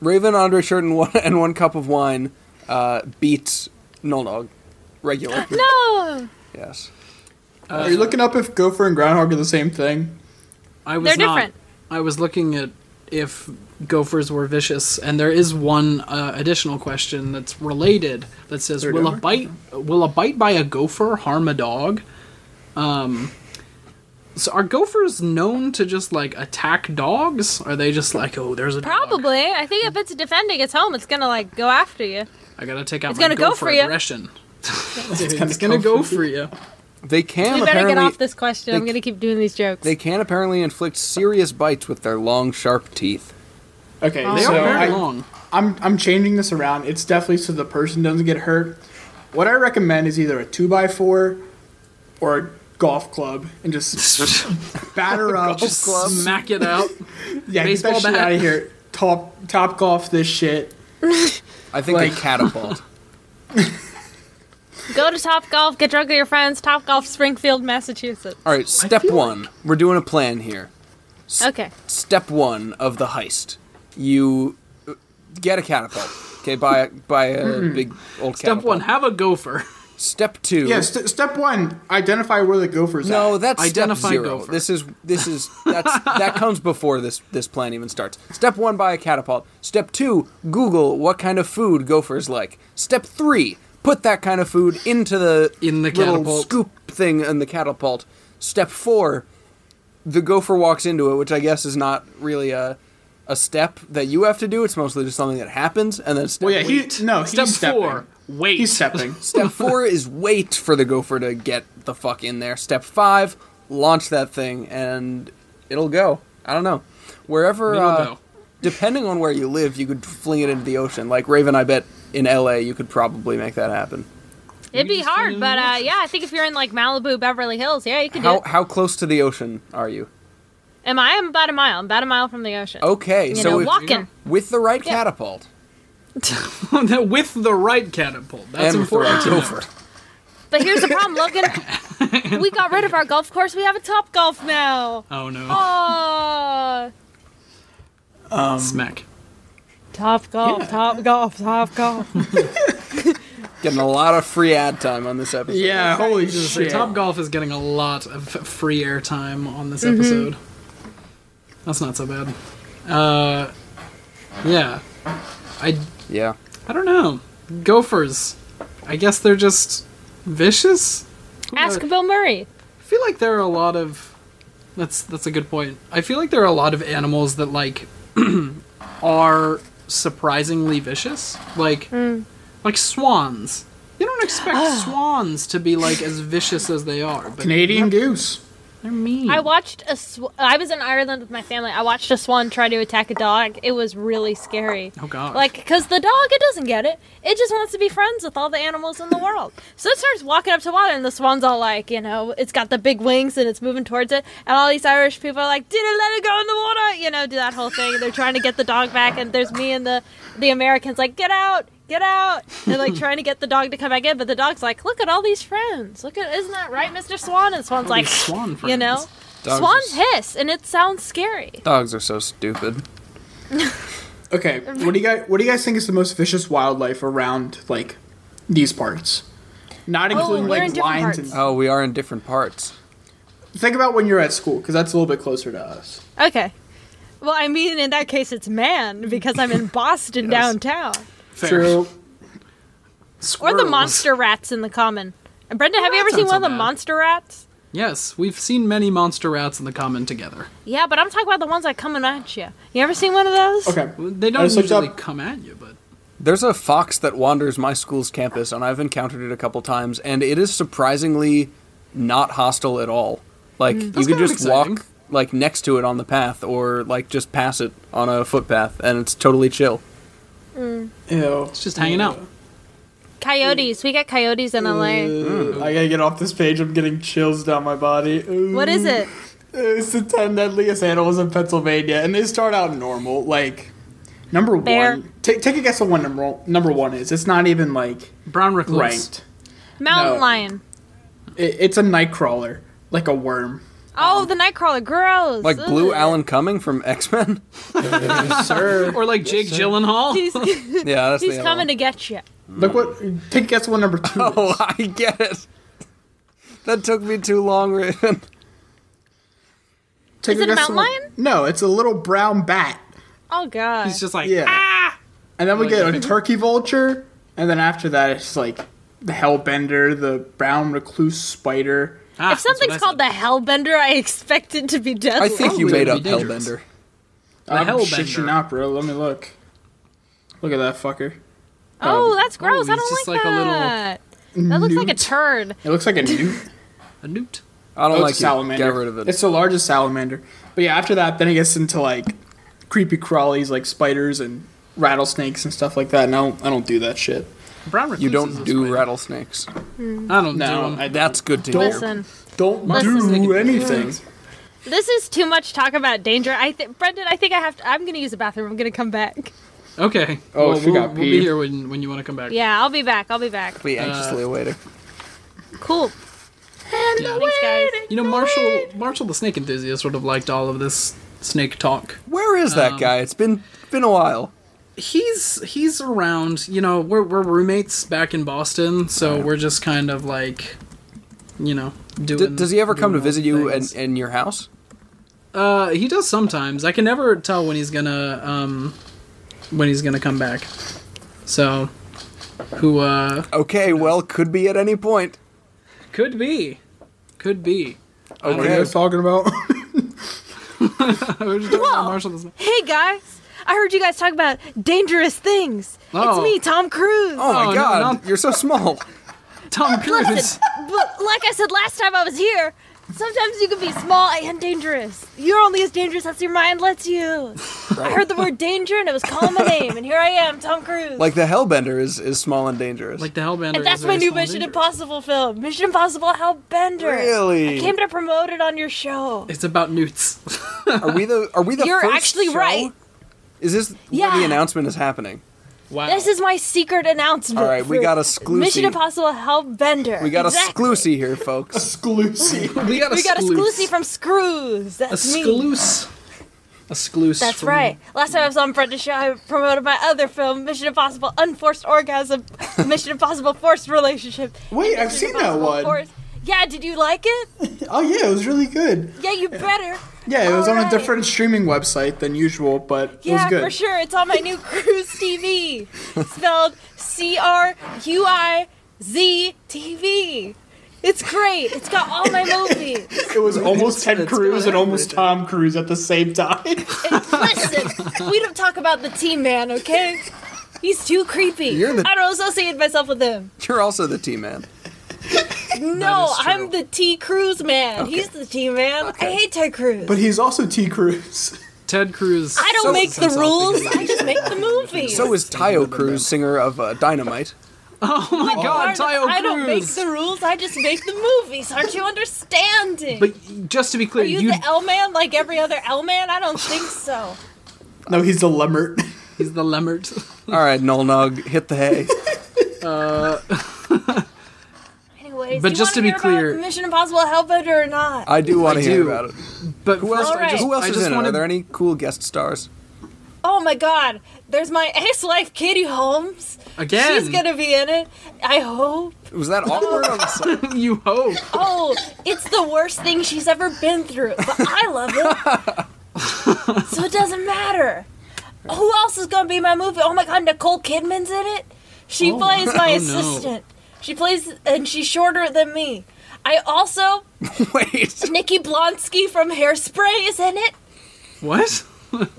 C: Raven Andre shirt and [LAUGHS] one and one cup of wine uh, beats Nulnog regular.
B: [LAUGHS] No,
C: Yes.
D: Are you looking up if gopher and groundhog are the same thing?
A: I was
B: They're
A: not.
B: different.
A: I was looking at if gophers were vicious, and there is one uh, additional question that's related that says,
D: They're
A: "Will a
D: different?
A: bite? Will a bite by a gopher harm a dog?" Um, so are gophers known to just like attack dogs? Are they just like, "Oh, there's a dog.
B: probably. I think if it's defending its home, it's gonna like go after you.
A: I gotta take out
B: It's
A: my
B: gonna go
A: gopher
B: for ya.
A: aggression. [LAUGHS]
D: It's,
A: It's gonna go for you."
C: They can
B: We better
C: apparently
B: get off this question. I'm
C: they-
B: gonna keep doing these jokes.
C: they can apparently inflict serious bites with their long sharp teeth.
D: Okay,
A: They
D: so
A: are very
D: I,
A: long.
D: I'm I'm changing this around. It's definitely so the person doesn't get hurt. What I recommend is either a two by four or a golf club and just
A: [LAUGHS]
D: batter up.
A: Just smack it
D: [LAUGHS]
A: out.
D: yeah,
A: baseball
D: get that shit
A: bat.
D: out of here. Top top golf this shit.
C: I think
D: Like-
C: a catapult.
B: Go to Top Golf, get drunk with your friends. Top Golf, Springfield, Massachusetts.
C: All right, step
A: feel
C: one. We're doing a plan here.
B: Okay.
C: Step one of the heist. You uh, get a catapult. Okay, buy a, buy a big old
A: Step
C: catapult.
A: one: have a gopher.
C: Step two.
D: Yeah, st- step one, identify where the gophers
C: No,
D: at.
C: that's
A: Identify
C: step zero.
A: gopher.
C: This is this is that's that comes before this this plan even starts. Step one, buy a catapult. Step two, Google what kind of food gophers like. Step three, put that kind of food into the
A: In the
C: little
A: catapult.
C: scoop thing in the catapult. Step four, the gopher walks into it, which I guess is not really a a step that you have to do. It's mostly just something that happens, and then step
D: Well, Oh, yeah, he
A: Wait.
D: no, he's
A: Step
D: stepping.
A: four: wait.
D: He's stepping.
A: [LAUGHS]
C: Step four is wait for the gopher to get the fuck in there. Step five, launch that thing and it'll go. I don't know. Wherever,
A: It'll
C: uh,
A: go. [LAUGHS]
C: depending on where you live, you could fling it into the ocean. Like Raven, I bet in LA you could probably make that happen.
B: It'd be
A: just
B: hard,
A: need
B: but uh,
A: emotions.
B: yeah, I think if you're in like Malibu, Beverly Hills, yeah, you can
C: How
B: do it.
C: how close to the ocean are you?
B: Am I? I'm about a mile. I'm about a mile from the ocean.
C: Okay,
B: you
C: so
B: know,
C: if-
B: walking.
C: with the right
B: Yeah.
C: catapult
A: [LAUGHS] with the right catapult. That's
C: and with the
A: important.
C: right
A: to know.
C: gopher.
B: But here's the problem, Logan.
C: [LAUGHS]
B: we got rid of our golf course. We have a Top Golf now.
A: Oh no!
B: Oh,
A: Smack.
B: Top Golf, Top Golf, Top Golf.
C: Getting a lot of free ad time on this episode.
D: Yeah, holy shit.
A: Top Golf is getting a lot of free airtime on this episode. That's not so bad. Uh, yeah, I
C: Yeah.
A: I don't know. Gophers. I guess they're just vicious.
B: Ask Bill Murray.
A: I feel like there are a lot of. That's that's a good point. I feel like there are a lot of animals that like [CLEARS THROAT]
B: Hmm.
A: are surprisingly vicious, like like swans. You don't expect
B: Ah.
A: swans to be like as vicious as they are, but
D: Canadian goose.
A: they're mean.
B: I watched a. Sw- I was in Ireland with my family. I watched a swan try to attack a dog. It was really scary.
A: Oh, God.
B: Like, cause the dog, it doesn't get it. It just wants to be friends with all the animals in the world. So it starts walking up to water, and the swan's all like, you know, it's got the big wings and it's moving towards it. And all these Irish people are like, didn't let it go in the water. You know, do that whole thing. And they're trying to get the dog back, and there's me and the the Americans like, get out. Get out! They're like trying to get the dog to come back in, but the dog's like, "Look at all these friends! Look at isn't that right, Mr. Swan?" And Swan's like,
A: These swan friends.
B: you know,
C: Dogs
B: swans
C: are s-
B: hiss, and it sounds scary.
C: Dogs are so stupid.
D: Okay, what do you guys what do you guys think is the most vicious wildlife around like these parts? Not including
B: we're Oh, in
D: like
B: different
D: lions
B: parts.
D: and
C: Oh, we are in different parts.
D: think about when you're at school because that's a little bit closer to us.
B: Okay. Well, I mean, in that case, it's man because
A: [LAUGHS]
B: I'm in Boston downtown,
A: Fair.
D: True.
B: or the
A: Squirrels.
B: monster rats in the common. And Brenda, have
A: that
B: you ever seen
A: sounds
B: one of
A: so
B: the
A: bad.
B: monster rats?
A: Yes, we've seen many monster rats in the common together.
B: Yeah, but I'm talking about the ones that coming at you. You ever seen one of those?
D: Okay.
A: They
D: I
A: don't
D: just looked
A: usually
D: up-
A: come at you, but
C: There's a fox that wanders my school's campus, and I've encountered it a couple times, and it is surprisingly not hostile at all. Like you
A: Mm. That's
C: could
A: kind of
C: just
A: exciting.
C: walk like next to it on the path, or like just pass it on a footpath, and it's totally chill.
D: Ew.
A: it's just hanging out.
B: Coyotes. We got coyotes in LA.
D: Uh, I gotta get off this page. I'm getting chills down my body.
B: What is it?
D: It's the 10 deadliest animals in Pennsylvania, and they start out normal. Like, number
B: Bear.
D: one. Take, take a guess on what number, number one is. It's not even, like,
A: Brown recluse.
D: ranked.
B: Mountain
D: No.
B: lion.
D: It, it's a night crawler, like a worm.
B: Oh, the nightcrawler. Gross.
C: Like Blue
B: Ugh.
C: Alan Cumming from [LAUGHS] X
A: [LAUGHS]
C: Men.
D: Sir.
A: Or like Jake Gyllenhaal.
B: [LAUGHS] He's,
C: Yeah, that's
B: he's
C: the
B: coming
C: coming.
B: to get you.
D: Look what. Take a guess what number two is.
C: Oh, [LAUGHS] I get it. That took me too long, Raven.
D: Take
B: Is it a
D: guess
B: mountain
D: on-
B: lion?
D: No, it's a little brown bat.
B: Oh god.
A: He's just like,
D: Yeah.
B: Ah!
D: And then we
B: Oh,
A: Like
D: get
A: a
D: a
A: pig-
D: turkey vulture, and then after that, it's like the hellbender, the brown recluse spider.
A: "Ah,
B: if
A: that's what
B: something's
A: I
B: called the
A: said."
B: Hellbender, I [LAUGHS] expect it to be deadly.
C: I think you
A: Probably would
C: made up
A: be dangerous.
C: Hellbender.
D: I'm
A: hellbender.
D: shit you not, bro. Let me look. Look at that fucker.
B: Oh, that's gross. I
A: he's
B: don't
A: just
B: like,
A: like a little
B: that. that looks like a
D: newt.
B: turd.
D: It looks like a newt.
A: a newt.
C: [LAUGHS] I don't
D: Oh,
C: like
D: it's a salamander.
C: you. Get rid of it.
D: It's the largest salamander. But yeah, after that, then it gets into like creepy crawlies, like spiders and rattlesnakes and stuff like that. And I don't, I don't do that shit.
A: Brown recluse.
C: you
A: is
C: don't
A: a
C: do
A: spider.
C: rattlesnakes.
A: I don't do
D: No,
A: 'em.
D: I
C: That's good to
D: Don't-
C: hear.
B: Listen,
D: don't
B: Listen.
D: do anything.
B: this is too much talk about danger. I think, Brendan, I think I have to. I'm gonna use the bathroom. I'm gonna come back.
A: Okay.
D: Oh,
A: well,
D: she
A: we'll,
D: got
A: we'll be
D: peed.
A: here when, when you want to come back.
B: Yeah, I'll be back. I'll be back.
C: Be anxiously
D: Uh,
C: awaiting.
B: Cool.
A: Yeah.
B: Thanks, guys.
A: You know, Marshall, Marshall the snake enthusiast would have liked all of this snake talk.
C: Where is
A: Um,
C: that guy? It's been been a while.
A: He's he's around. You know, we're we're roommates back in Boston, so we're just kind of like, you know,
C: D-
A: doing.
C: does he ever come to
A: doing
C: visit you in,
A: things.
C: in your house?
A: Uh, he does sometimes. I can never tell when he's gonna um, when he's gonna come back. So, who uh
C: Okay, well, could be at any point.
A: could be, could be. [LAUGHS]
D: What are you
C: Okay.
D: guys talking about?
A: I was just talking about
B: Whoa.
A: Marshall the snake.
B: Hey guys, I heard you guys talk about dangerous things.
A: Oh.
B: It's me, Tom Cruise.
C: Oh my
A: Oh, no,
C: god,
A: not-
C: you're so small.
A: Tom Cruise.
B: Listen, but like I said last time I was here, sometimes you can be small and dangerous. You're only as dangerous as your mind lets you. I heard the word danger and it was calling my name, and here I am, Tom Cruise.
C: Like the Hellbender is is small and dangerous.
A: Like the Hellbender.
B: and that's
A: is
B: my
A: very
B: new
A: small
B: Mission
A: danger.
B: Impossible film, Mission Impossible Hellbender.
C: Really?
B: I came to promote it on your show.
A: It's about newts. [LAUGHS]
C: are we the are we the
B: You're
C: first
B: actually
C: show?
B: right.
C: Is this where
B: Yeah.
C: the announcement is happening?
A: wow.
B: This is my secret announcement.
C: All right, we
B: for
C: got a sclusy.
B: Mission Impossible Hellbender.
C: We got
B: exactly.
C: a sclusy here, folks.
D: [LAUGHS] Exclusive.
A: we got a
B: We got a
A: scluse.
B: sclusy from Screws.
A: a
B: That's me.
A: scluse. A scluse.
B: That's
A: from-
B: right. Last time I was on Brenda's show, I promoted my other film, Mission Impossible Unforced Orgasm, [LAUGHS] Mission Impossible Forced Relationship. and
D: Wait, I've
B: Mission
D: seen that
B: Impossible
D: one.
B: Forced- Yeah, did you like it?
D: Oh yeah, it was really good.
B: Yeah, you better.
D: Yeah, it was on
B: Alright.
D: a different streaming website than usual, but it was
B: Yeah,
D: good.
B: for sure. It's on my
C: [LAUGHS]
B: new Cruise TV, spelled C R U I Z TV. It's great. It's got all my movies.
D: It was almost Ted
A: it's
D: Cruz
A: got
D: and almost
A: everything.
D: Tom Cruise at the same time. [LAUGHS]
B: And listen, we don't talk about the team man, okay? He's too creepy.
C: You're the-
B: I don't associate myself with him.
C: You're also the T man.
B: No,
C: is true.
B: I'm the T Cruz man. He's the T man. I hate Ted Cruz.
D: But he's also T. Cruz.
A: Ted Cruz.
B: I don't
C: So-
B: make the
A: Himself
B: rules. I just make the movies.
C: So is Tayo Cruz, singer of uh, Dynamite.
A: Oh my God, Tayo
B: I don't make
A: Cruz.
B: the rules. I just make the movies. Aren't you understanding?
A: But just to be clear,
B: Are you
A: you
B: the L man like every other L man? I don't think so.
D: No, he's the Lemmert.
A: he's the Lemmert.
C: All right, Nolnog, hit the hay.
B: Anyways,
A: But
B: do you
A: just
B: wanna
A: to be
B: hear
A: clear-
B: about Mission Impossible Hellbender or not?
C: I do
A: [LAUGHS]
C: want
A: I
C: to hear
A: do.
C: about it.
A: [LAUGHS] But
C: Who else?
A: first,
B: Alright.
A: I just,
C: Who else
A: I
C: is
A: just
C: in it?
A: wanted-
C: Are there any cool guest stars?
B: Oh my god, there's my ex wife Katie Holmes.
A: Again.
B: She's gonna be in it. I hope.
C: Was that awkward? I'm
A: [LAUGHS] [LAUGHS]
C: sorry.
A: you hope.
B: Oh, it's the worst thing she's ever been through, but I love
A: [LAUGHS]
B: it. so it doesn't matter. Who else is gonna be in my movie? Oh my god, Nicole Kidman's in it?
A: [LAUGHS]
B: She plays my
A: Oh, no.
B: assistant. She plays, and she's shorter than me. I also,
C: [LAUGHS] Wait.
B: Nikki Blonsky from Hairspray is in it.
A: What?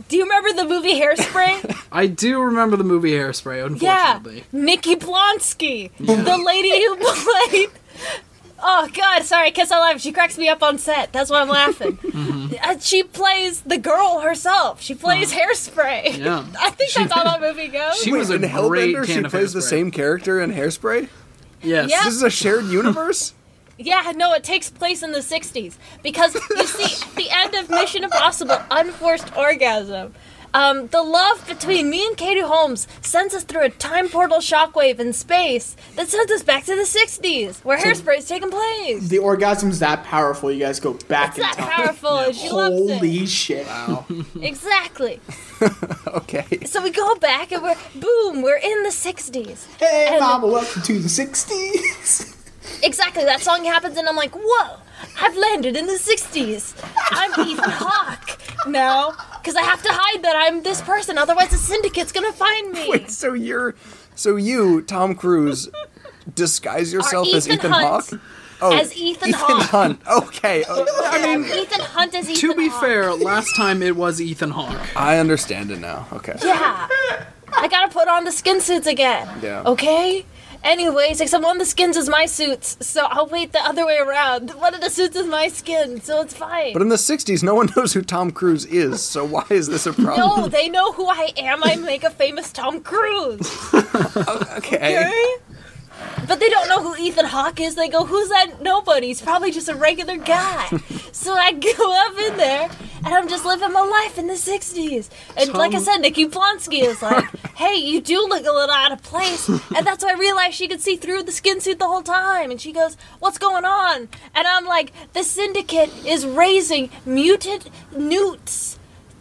B: Do you remember the movie Hairspray?
A: [LAUGHS] I do remember the movie Hairspray, unfortunately.
B: Yeah, Nikki Blonsky, the
A: [LAUGHS]
B: lady who played. Oh God, sorry, Kiss Alive. She cracks me up on set. That's why
A: [LAUGHS]
B: I'm laughing.
A: Mm-hmm.
B: Uh, she plays the girl herself. She plays Hairspray.
A: Yeah.
B: [LAUGHS] I think that's
A: [LAUGHS]
B: how that movie goes.
A: She was a
C: in
A: great
C: Hellbender, she
A: can of
C: plays the
A: Hairspray.
C: same character in Hairspray.
A: Yes.
B: Yeah.
C: This is
A: [LAUGHS]
C: a shared universe.
B: yeah, no, it takes place in the '60s because you
D: [LAUGHS]
B: see, at the end of Mission Impossible: Unforced Orgasm. Um, the love between me and Katie Holmes sends us through a time portal shockwave in space that sends us back to the '60s, where Hairspray is taking place.
D: [LAUGHS] the orgasm's that powerful. You guys go back
B: It's
D: in
B: that
D: time.
B: powerful, and she loves it.
D: Holy shit!
B: Exactly.
C: Okay. [LAUGHS]
B: So we go back, and we're boom, we're in the '60s.
D: Hey,
B: And-
D: Mama, welcome to the '60s.
B: Exactly. That song happens, and I'm like, whoa, I've landed in the '60s. I'm
C: [LAUGHS]
B: Ethan Hawke now, because I have to hide that I'm this person, otherwise the syndicate's gonna find me.
C: Wait, so you're, so you, Tom Cruise, disguise yourself as
B: Ethan
C: Ethan
B: Hunt.
C: Hawke? Oh,
B: As Ethan
C: Ethan
B: Hawke.
C: Hunt. Okay. oh,
B: I mean, Ethan Hunt is Ethan
A: To be
B: Hawke.
A: fair, last time it was Ethan Hawke.
C: I understand it now. Okay.
B: Yeah. I gotta put on the skin suits again.
C: Yeah.
B: Okay? Anyways, except one of the skins is my suits, so I'll wait the other way around. One of the suits is my skin, so it's fine.
C: But in the '60s, no one [LAUGHS] knows who Tom Cruise is. So why is this a problem?
B: no, Oh, they know who I am. I make a famous Tom Cruise.
C: okay.
B: Okay? But they don't know who Ethan Hawke is. They go, who's that nobody? He's probably just a
A: [LAUGHS]
B: regular guy. so I go up in there, and I'm just living my life in the 60s. And like I
A: Tom-
B: said, Nikki Blonsky
A: [LAUGHS]
B: is like, hey, you do look a little out of place. And that's why I realized she could see through the skin suit the whole time. And she goes, what's going on? And I'm like, the syndicate is raising mutant newts.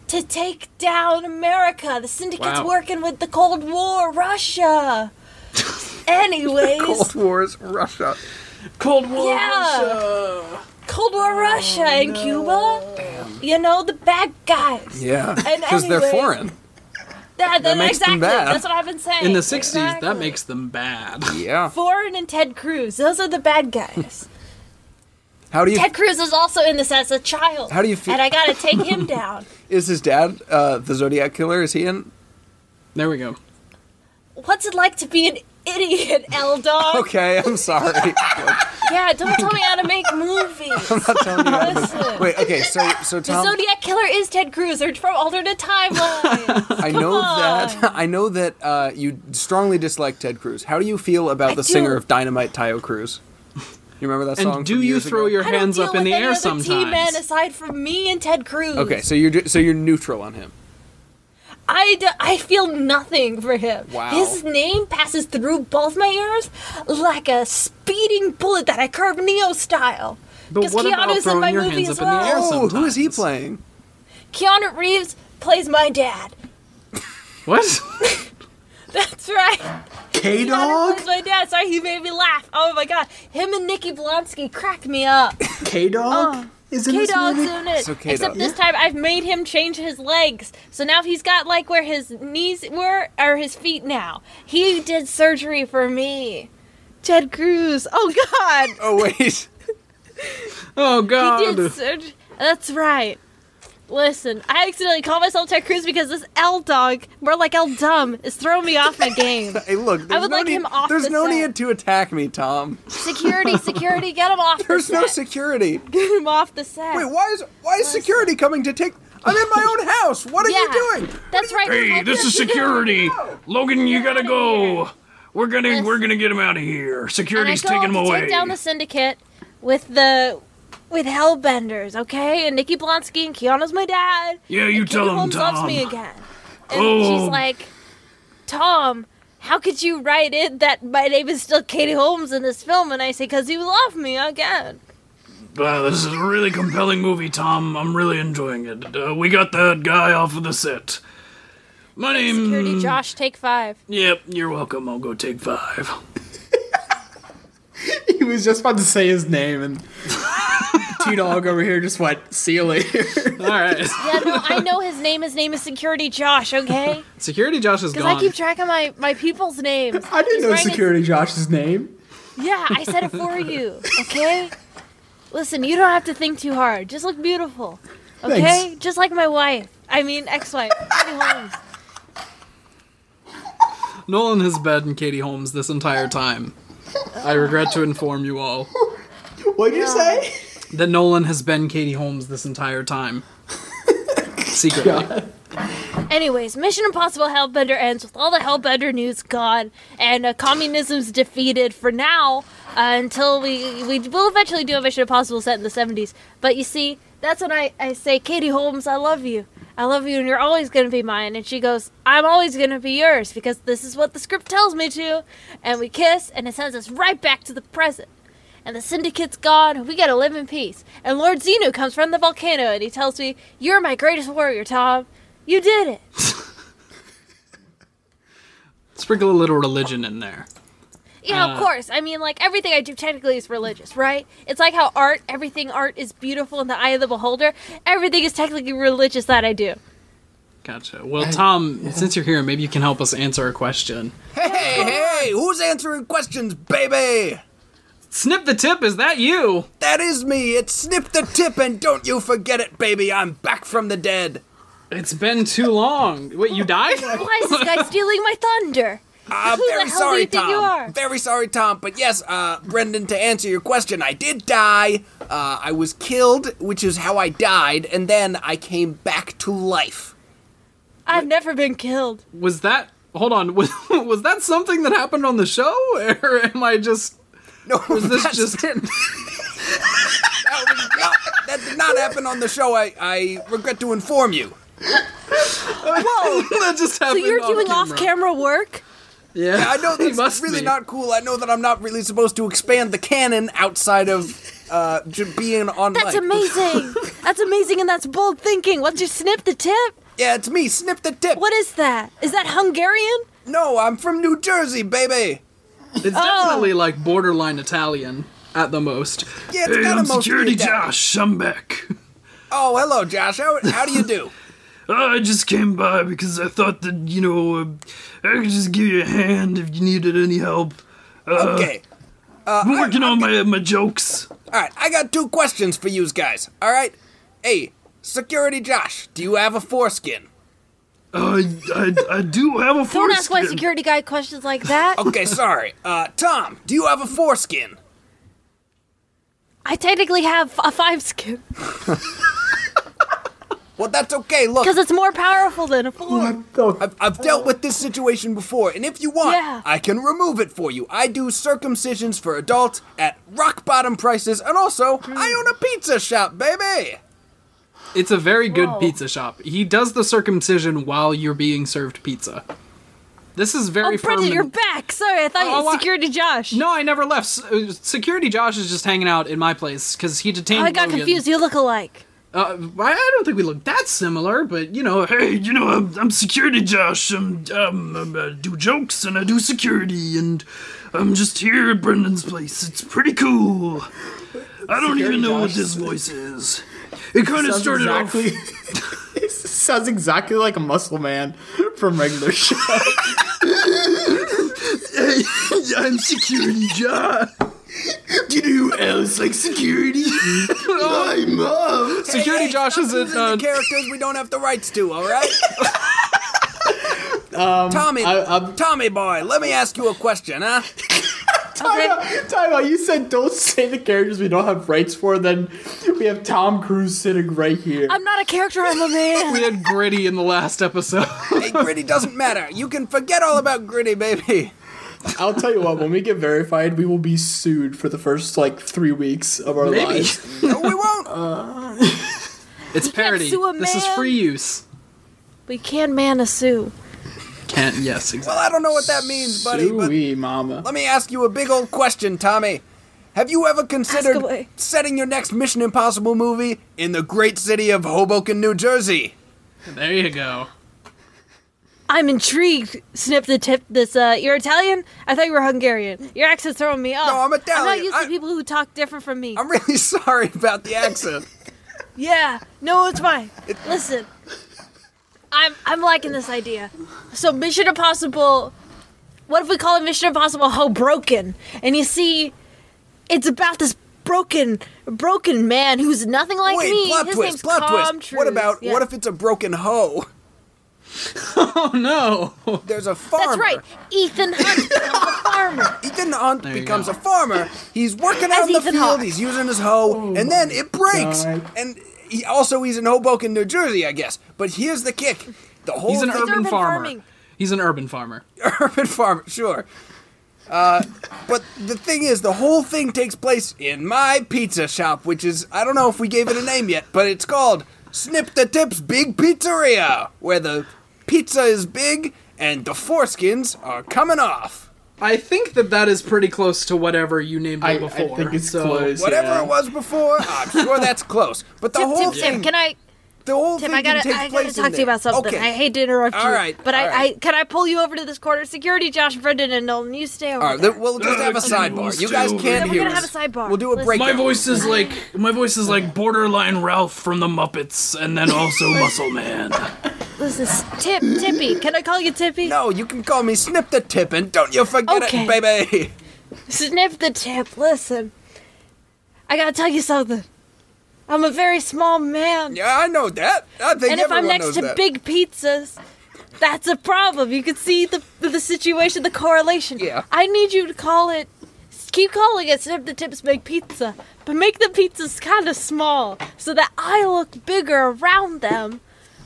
B: To take down America. The syndicate's
A: Wow.
B: working with the Cold War, Russia. Anyways.
C: [LAUGHS] Cold War's Russia.
A: Cold War.
B: Yeah. Cold War Russia and Cuba. You know, the bad guys.
C: Yeah.
B: And
C: Because they're
B: anyway-
C: foreign.
B: That, that,
C: makes them
B: exactly.
C: bad.
B: That's what I've been saying.
A: In the 60s, that
B: Exactly.
A: makes them bad.
C: Yeah.
B: Foreign and Ted Cruz. Those are the bad guys.
C: How do you?
B: Ted Cruz is also in this as a child.
C: How do you feel-
B: And I gotta take him down.
C: Is his dad uh, the Zodiac killer? Is he in?
A: There we go.
B: What's it like to be an idiot, L Dog?
C: [LAUGHS] Okay. I'm sorry.
B: [LAUGHS] Yeah, don't tell me how to make movies. I'm not telling you. Listen.
C: Wait. Okay. So so
B: The
C: Tom.
B: Zodiac Killer is Ted Cruz. They're from alternate timelines.
C: I know that
B: on.
C: [LAUGHS] I know that uh, you strongly dislike Ted Cruz. How do you feel about
B: I
C: the
B: do.
C: singer of Dynamite, Tayo Cruz? You remember that song?
A: And do
C: from
A: you
C: years
A: throw
C: ago?
A: your
B: I don't
A: hands
B: deal
A: up in
B: with
A: the
B: any
A: air
B: other T-man
A: sometimes?
B: aside from me and Ted Cruz.
C: Okay, so you're ju- so you're neutral on him.
B: I, d- I feel nothing for him.
C: Wow.
B: His name passes through both my ears like a speeding bullet that I curve Neo style.
A: But
B: Because
A: what about
B: Keanu's in my
A: throwing your
B: movie
A: hands
B: as
A: up in the air
B: well.
C: Oh, who is he
A: sometimes.
C: playing?
B: Keanu Reeves plays my dad. [LAUGHS]
E: [LAUGHS]
A: What?
B: That's right.
D: K
B: Keanu
D: Dog,
B: plays my dad. Sorry, he made me laugh. Oh my god. Him and Nikki Blonsky crack me up.
D: K
B: Uh,
D: Dog is in
B: K
D: this
B: Dog's
D: movie.
B: in it.
C: So K-Dog.
B: Except this time I've made him change his legs. So now he's got like where his knees were or his feet now. He did surgery for me. Ted Cruz. Oh god.
C: Oh wait, [LAUGHS]
A: Oh,
B: He did
A: God.
B: surgery. That's right. Listen, I accidentally called myself Ted Cruz because this L dog, more like L dumb, is throwing me off my
C: [LAUGHS]
B: game.
C: Hey, look, there's
B: would
C: no
B: like
C: need,
B: him off
C: There's
B: the
C: no
B: set.
C: need to attack me, Tom.
F: Security, security, get him off.
C: There's
F: the
C: no
F: set.
C: security.
B: Get him off the set.
C: Wait, why is why is security coming to take? I'm in my own house. What are
F: Yeah.
C: you doing?
F: That's right.
E: Hey,
B: [LAUGHS]
E: this is security. Logan, you gotta go. We're gonna we're gonna get him out of here.
B: and I
E: Security's
B: go
E: taking him
B: to
E: away.
B: take down the syndicate with the with Hellbenders, okay? And Nikki Blonsky and Keanu's my dad.
E: yeah, you
B: and
E: tell
B: Katie
E: him,
B: Holmes
E: Tom.
B: loves me again. And
E: Oh.
B: she's like, Tom, how could you write it that my name is still Katie Holmes in this film? And I say, because you love me again.
E: Wow, this is a really compelling movie, Tom. I'm really enjoying it. Uh, we got that guy off of the set. My name.
B: Security Josh, take five.
E: Yep, you're welcome. I'll go take five.
D: [LAUGHS] He was just about to say his name, and [LAUGHS] T Dog over here just went, see you later.
A: All
E: [LAUGHS]
A: right.
B: Yeah, no, I know his name. His name is Security Josh, okay?
E: [LAUGHS]
A: Security Josh is
B: Because
A: gone.
B: I keep track of my, my people's names.
D: I didn't
B: He's
D: know
B: wearing a-
D: Security Josh's name.
B: Yeah, I said it for you, okay? Listen, you don't have to think too hard. Just look beautiful, okay?
D: Thanks.
B: Just like my wife. I mean, ex-wife, Katie Holmes.
A: Nolan has been Katie Holmes this entire time. I regret to inform you all
D: What'd you say?
A: that Nolan has been Katie Holmes this entire time. [LAUGHS] Secretly.
B: Anyways, Mission Impossible Hellbender ends with all the Hellbender news gone, and uh, communism's defeated for now uh, until we we will eventually do a Mission Impossible set in the 70s. But you see, that's when I, I say, Katie Holmes, I love you. I love you, and you're always going to be mine. And she goes, I'm always going to be yours because this is what the script tells me to. And we kiss, and it sends us right back to the present and the syndicate's gone. We gotta live in peace. And Lord Zenu comes from the volcano and he tells me, You're my greatest warrior, Tom. You did it.
A: Sprinkle a little religion in there.
B: Yeah,
A: Uh.
B: of course. I mean, like, everything I do technically is religious, right? It's like how art, everything art is beautiful in the eye of the beholder. Everything is technically religious that
A: [LAUGHS]
B: I do.
A: Gotcha. Well, Tom, since you're here, maybe you can help us answer a question.
C: Hey, hey, who's answering questions, baby?
A: Snip the tip, is that you?
C: That is me. It's Snip the Tip, and don't you forget it, baby. I'm back from the dead.
A: It's been too long. Wait, you died?
C: [LAUGHS]
B: Why is this guy stealing my thunder?
C: I'm
B: Who the
C: Uh, very
B: hell do
C: sorry,
B: you think
C: Tom.
B: you are?
C: Very sorry, Tom. But yes, uh, Brendan, to answer your question, I did die. Uh, I was killed, which is how I died, and then I came back to life.
B: I've never been killed.
A: Was that. Hold on. [LAUGHS] Was, was that something that happened on the show? Or am I just.
C: No,
A: [LAUGHS] Was this
C: that's-
A: just.
C: that, was not, that did not happen on the show. I, I regret to inform you.
A: that just
B: [LAUGHS] So
A: happened
B: you're
A: off
B: doing
A: camera.
B: off camera work?
A: Yeah,
C: I
A: [LAUGHS]
C: know
A: he
C: that's
A: must
C: really
A: be.
C: not cool. I know that I'm not really supposed to expand the canon outside of uh, j- being on.
B: That's
C: mic.
A: [LAUGHS]
B: amazing. that's amazing and that's bold thinking. What's your snip the tip?
C: Yeah, it's me, Snip the Tip.
B: What is that? Is that Hungarian?
C: No, I'm from New Jersey, baby.
A: It's
B: Oh.
A: definitely like borderline Italian at the most.
C: Yeah, it's
E: Hey,
C: got
E: I'm
C: a most
E: Security
C: beat down.
E: Josh. I'm back.
C: Oh, hello, Josh. How, how do you
E: [LAUGHS]
C: do?
E: I just came by because I thought that, you know, uh, I could just give you a hand if you needed any help. Uh-huh.
C: Okay.
E: I'm working on my, my jokes.
C: All right, I got two questions for you guys. All right. Hey, security Josh, do you have a foreskin?
E: Uh, I, I do have
B: [LAUGHS]
E: a
B: Don't ask my
E: foreskin.
B: security guy questions
A: [LAUGHS]
B: like that.
E: [LAUGHS]
C: Okay, sorry. Uh, Tom, do you have a foreskin?
B: I technically have a five skin
C: Well, that's okay. Look,
B: because it's more powerful than a four.
C: I've, I've dealt with this situation before, and if you want,
B: Yeah.
C: I can remove it for you. I do circumcisions for adults at rock bottom prices, and also, I own a pizza shop, baby!
A: It's a very good pizza shop. He does the circumcision while you're being served pizza. This is very
B: Oh, Brendan,
A: firm
B: you're
A: and-
B: back. Sorry, I thought you
A: Oh, I-
B: was security Josh.
A: No, I never left. S- uh, Security Josh is just hanging out in my place because he detained.
B: Oh, I got
A: Logan.
B: confused. You look alike.
A: Uh, I I don't think we look that similar, but you know,
E: Hey, you know, I'm, I'm security Josh. I'm, um, I'm- I do jokes and I do security, and I'm just here at Brendan's place. It's pretty cool. I don't even know what
D: Josh.
E: this voice is. It kind of started [LAUGHS] off.
D: [LAUGHS] It sounds exactly like a muscle man from regular [LAUGHS] show.
E: I'm security Josh.
D: Do you know who else like security? My mom.
C: Security Josh is in.
A: uh,
C: the characters we don't have the rights to, all
D: [LAUGHS]
C: right? Tommy,
D: Um, I- I'm-
C: Tommy boy, let me ask you a question, huh?
D: Time out, time out. You said don't say the characters we don't have rights for. Then we have Tom Cruise sitting right here.
B: I'm not a character, I'm
C: [LAUGHS]
B: a
A: [LAUGHS]
B: man.
A: We had Gritty in the last episode. [LAUGHS]
C: Hey, gritty doesn't matter. You can forget all about gritty, baby.
D: I'll tell you what. When we get verified, we will be sued for the first like three weeks of our lives.
C: No, we won't.
D: Uh,
A: It's parody.
B: sue a
A: This is
B: man.
A: free use.
B: We can man a Sue.
A: Can't, yes, exactly.
C: well, I don't know what that means, buddy, but
D: Suey, mama.
C: let me ask you a big old question, Tommy. Have you ever considered
B: away.
C: setting your next Mission Impossible movie in the great city of Hoboken, New Jersey?
A: There you go.
B: I'm intrigued. Snip the tip. This uh, you're Italian? I thought you were Hungarian. Your accent's throwing me off.
C: No, I'm
B: I'm
C: Italian.
B: not used
C: I-
B: to people who talk different from me.
C: I'm really [LAUGHS] sorry about the accent.
B: Yeah. No, it's
C: [LAUGHS]
B: fine. Listen, I'm I'm liking this idea. So Mission Impossible. What if we call it Mission Impossible Ho Broken? And you see, it's about this broken, broken man who's nothing like
C: Wait,
B: me.
C: plot
B: His
C: twist,
B: name's
C: plot
B: Calm
C: twist.
B: Truth.
C: What about
B: Yeah.
C: what if it's a broken hoe?
A: Oh no!
C: There's a farmer.
B: That's right. Ethan
C: [LAUGHS]
B: Hunt becomes a farmer.
C: Ethan Hunt
A: you
C: becomes
A: go.
C: a farmer. He's working out in the
B: Ethan
C: field.
B: Hawke.
C: He's using his hoe, and then it breaks.
D: God.
C: And he, also, he's in Hoboken, New Jersey, I guess. But here's the kick: the whole
A: He's an
C: thing-
A: urban,
B: urban
A: farmer.
B: farming.
A: He's an urban farmer.
C: urban farmer, sure. Uh, but the thing is, the whole thing takes place in my pizza shop, which is I don't know if we gave it a name yet, but it's called Snip the Tips Big Pizzeria, where the pizza is big and the foreskins are coming off.
A: I think that that is pretty close to whatever you named it
D: I, I
A: before.
D: think it's
A: so-
D: close.
C: Whatever
D: yeah.
C: it was before, I'm sure
B: [LAUGHS]
C: that's close. But the
B: Tim,
C: whole
B: Tim,
C: thing,
B: Tim, can I?
C: the whole
B: Tim,
C: thing
B: I gotta,
C: can take
B: I gotta
C: place in
B: talk to you
C: there.
B: about something.
C: Okay.
B: I hate to interrupt you,
C: All right,
B: but I,
C: all right.
B: I, can I pull you over to this corner? Security, Josh, Brendan, and Nolan, you stay over
C: All right,
B: there.
C: then we'll just have a
E: Okay,
C: sidebar.
E: let's
C: You guys
E: do
C: can't
E: it.
B: Then we're
C: hear
B: gonna have a
C: us.
B: sidebar.
C: We'll do a
B: Listen.
C: break.
E: My voice is like my voice is like borderline Ralph from the Muppets, and
A: [LAUGHS]
E: then also Muscle Man.
B: Listen, s- Tip, Tippy, can I call you Tippy?
C: No, you can call me Snip the Tip, and don't you forget
B: Okay.
C: it, baby.
B: Sniff the tip. Listen, I gotta tell you something. I'm a very small man,
C: Yeah, I know that. I think
B: and if I'm
C: everyone
B: next
C: knows
B: to
C: that.
B: big pizzas, that's a problem. You can see the the situation, the correlation.
C: Yeah.
B: I need you to call it. Keep calling it Sniff the Tips Make Pizza, but make the pizzas kind of small so that I look bigger around them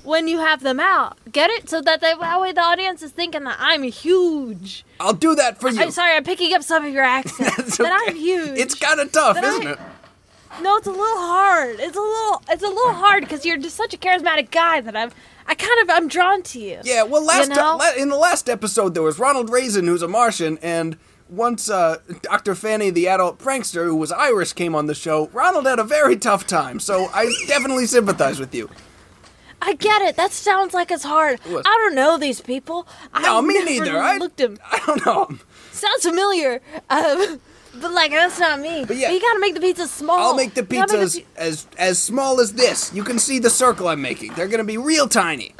B: when you have them out. Get it? So that, they, that way the audience is thinking that I'm huge.
C: I'll do that for you.
B: I'm sorry, I'm picking up some of
C: [LAUGHS]
B: your accent.
C: It's
B: That I'm
C: okay.
B: huge.
C: It's kind of tough,
B: That I-
C: isn't it?
B: No, it's a little hard. It's a little. It's a little hard because you're just such a charismatic guy that I'm. I kind of. I'm drawn to you.
C: Yeah, well, last
B: You know?
C: ti- la- in the last episode, there was Ronald Raisin, who's a Martian, and once uh, Dr. Fanny, the adult prankster, who was Irish, came on the show, Ronald had a very tough time, so I definitely sympathize with you.
B: I get it. That sounds like it's hard.
C: was-
B: I don't know these people.
C: No,
B: I
C: me
B: never
C: neither. I-
B: Looked him.
C: I don't know.
B: Sounds familiar. Um, [LAUGHS] but like that's not me. But
C: yeah.
B: you gotta make the pizza small.
C: I'll make the
B: You gotta
C: pizzas
B: pi-
C: as as small as this. You can see the circle I'm making. They're gonna be real tiny.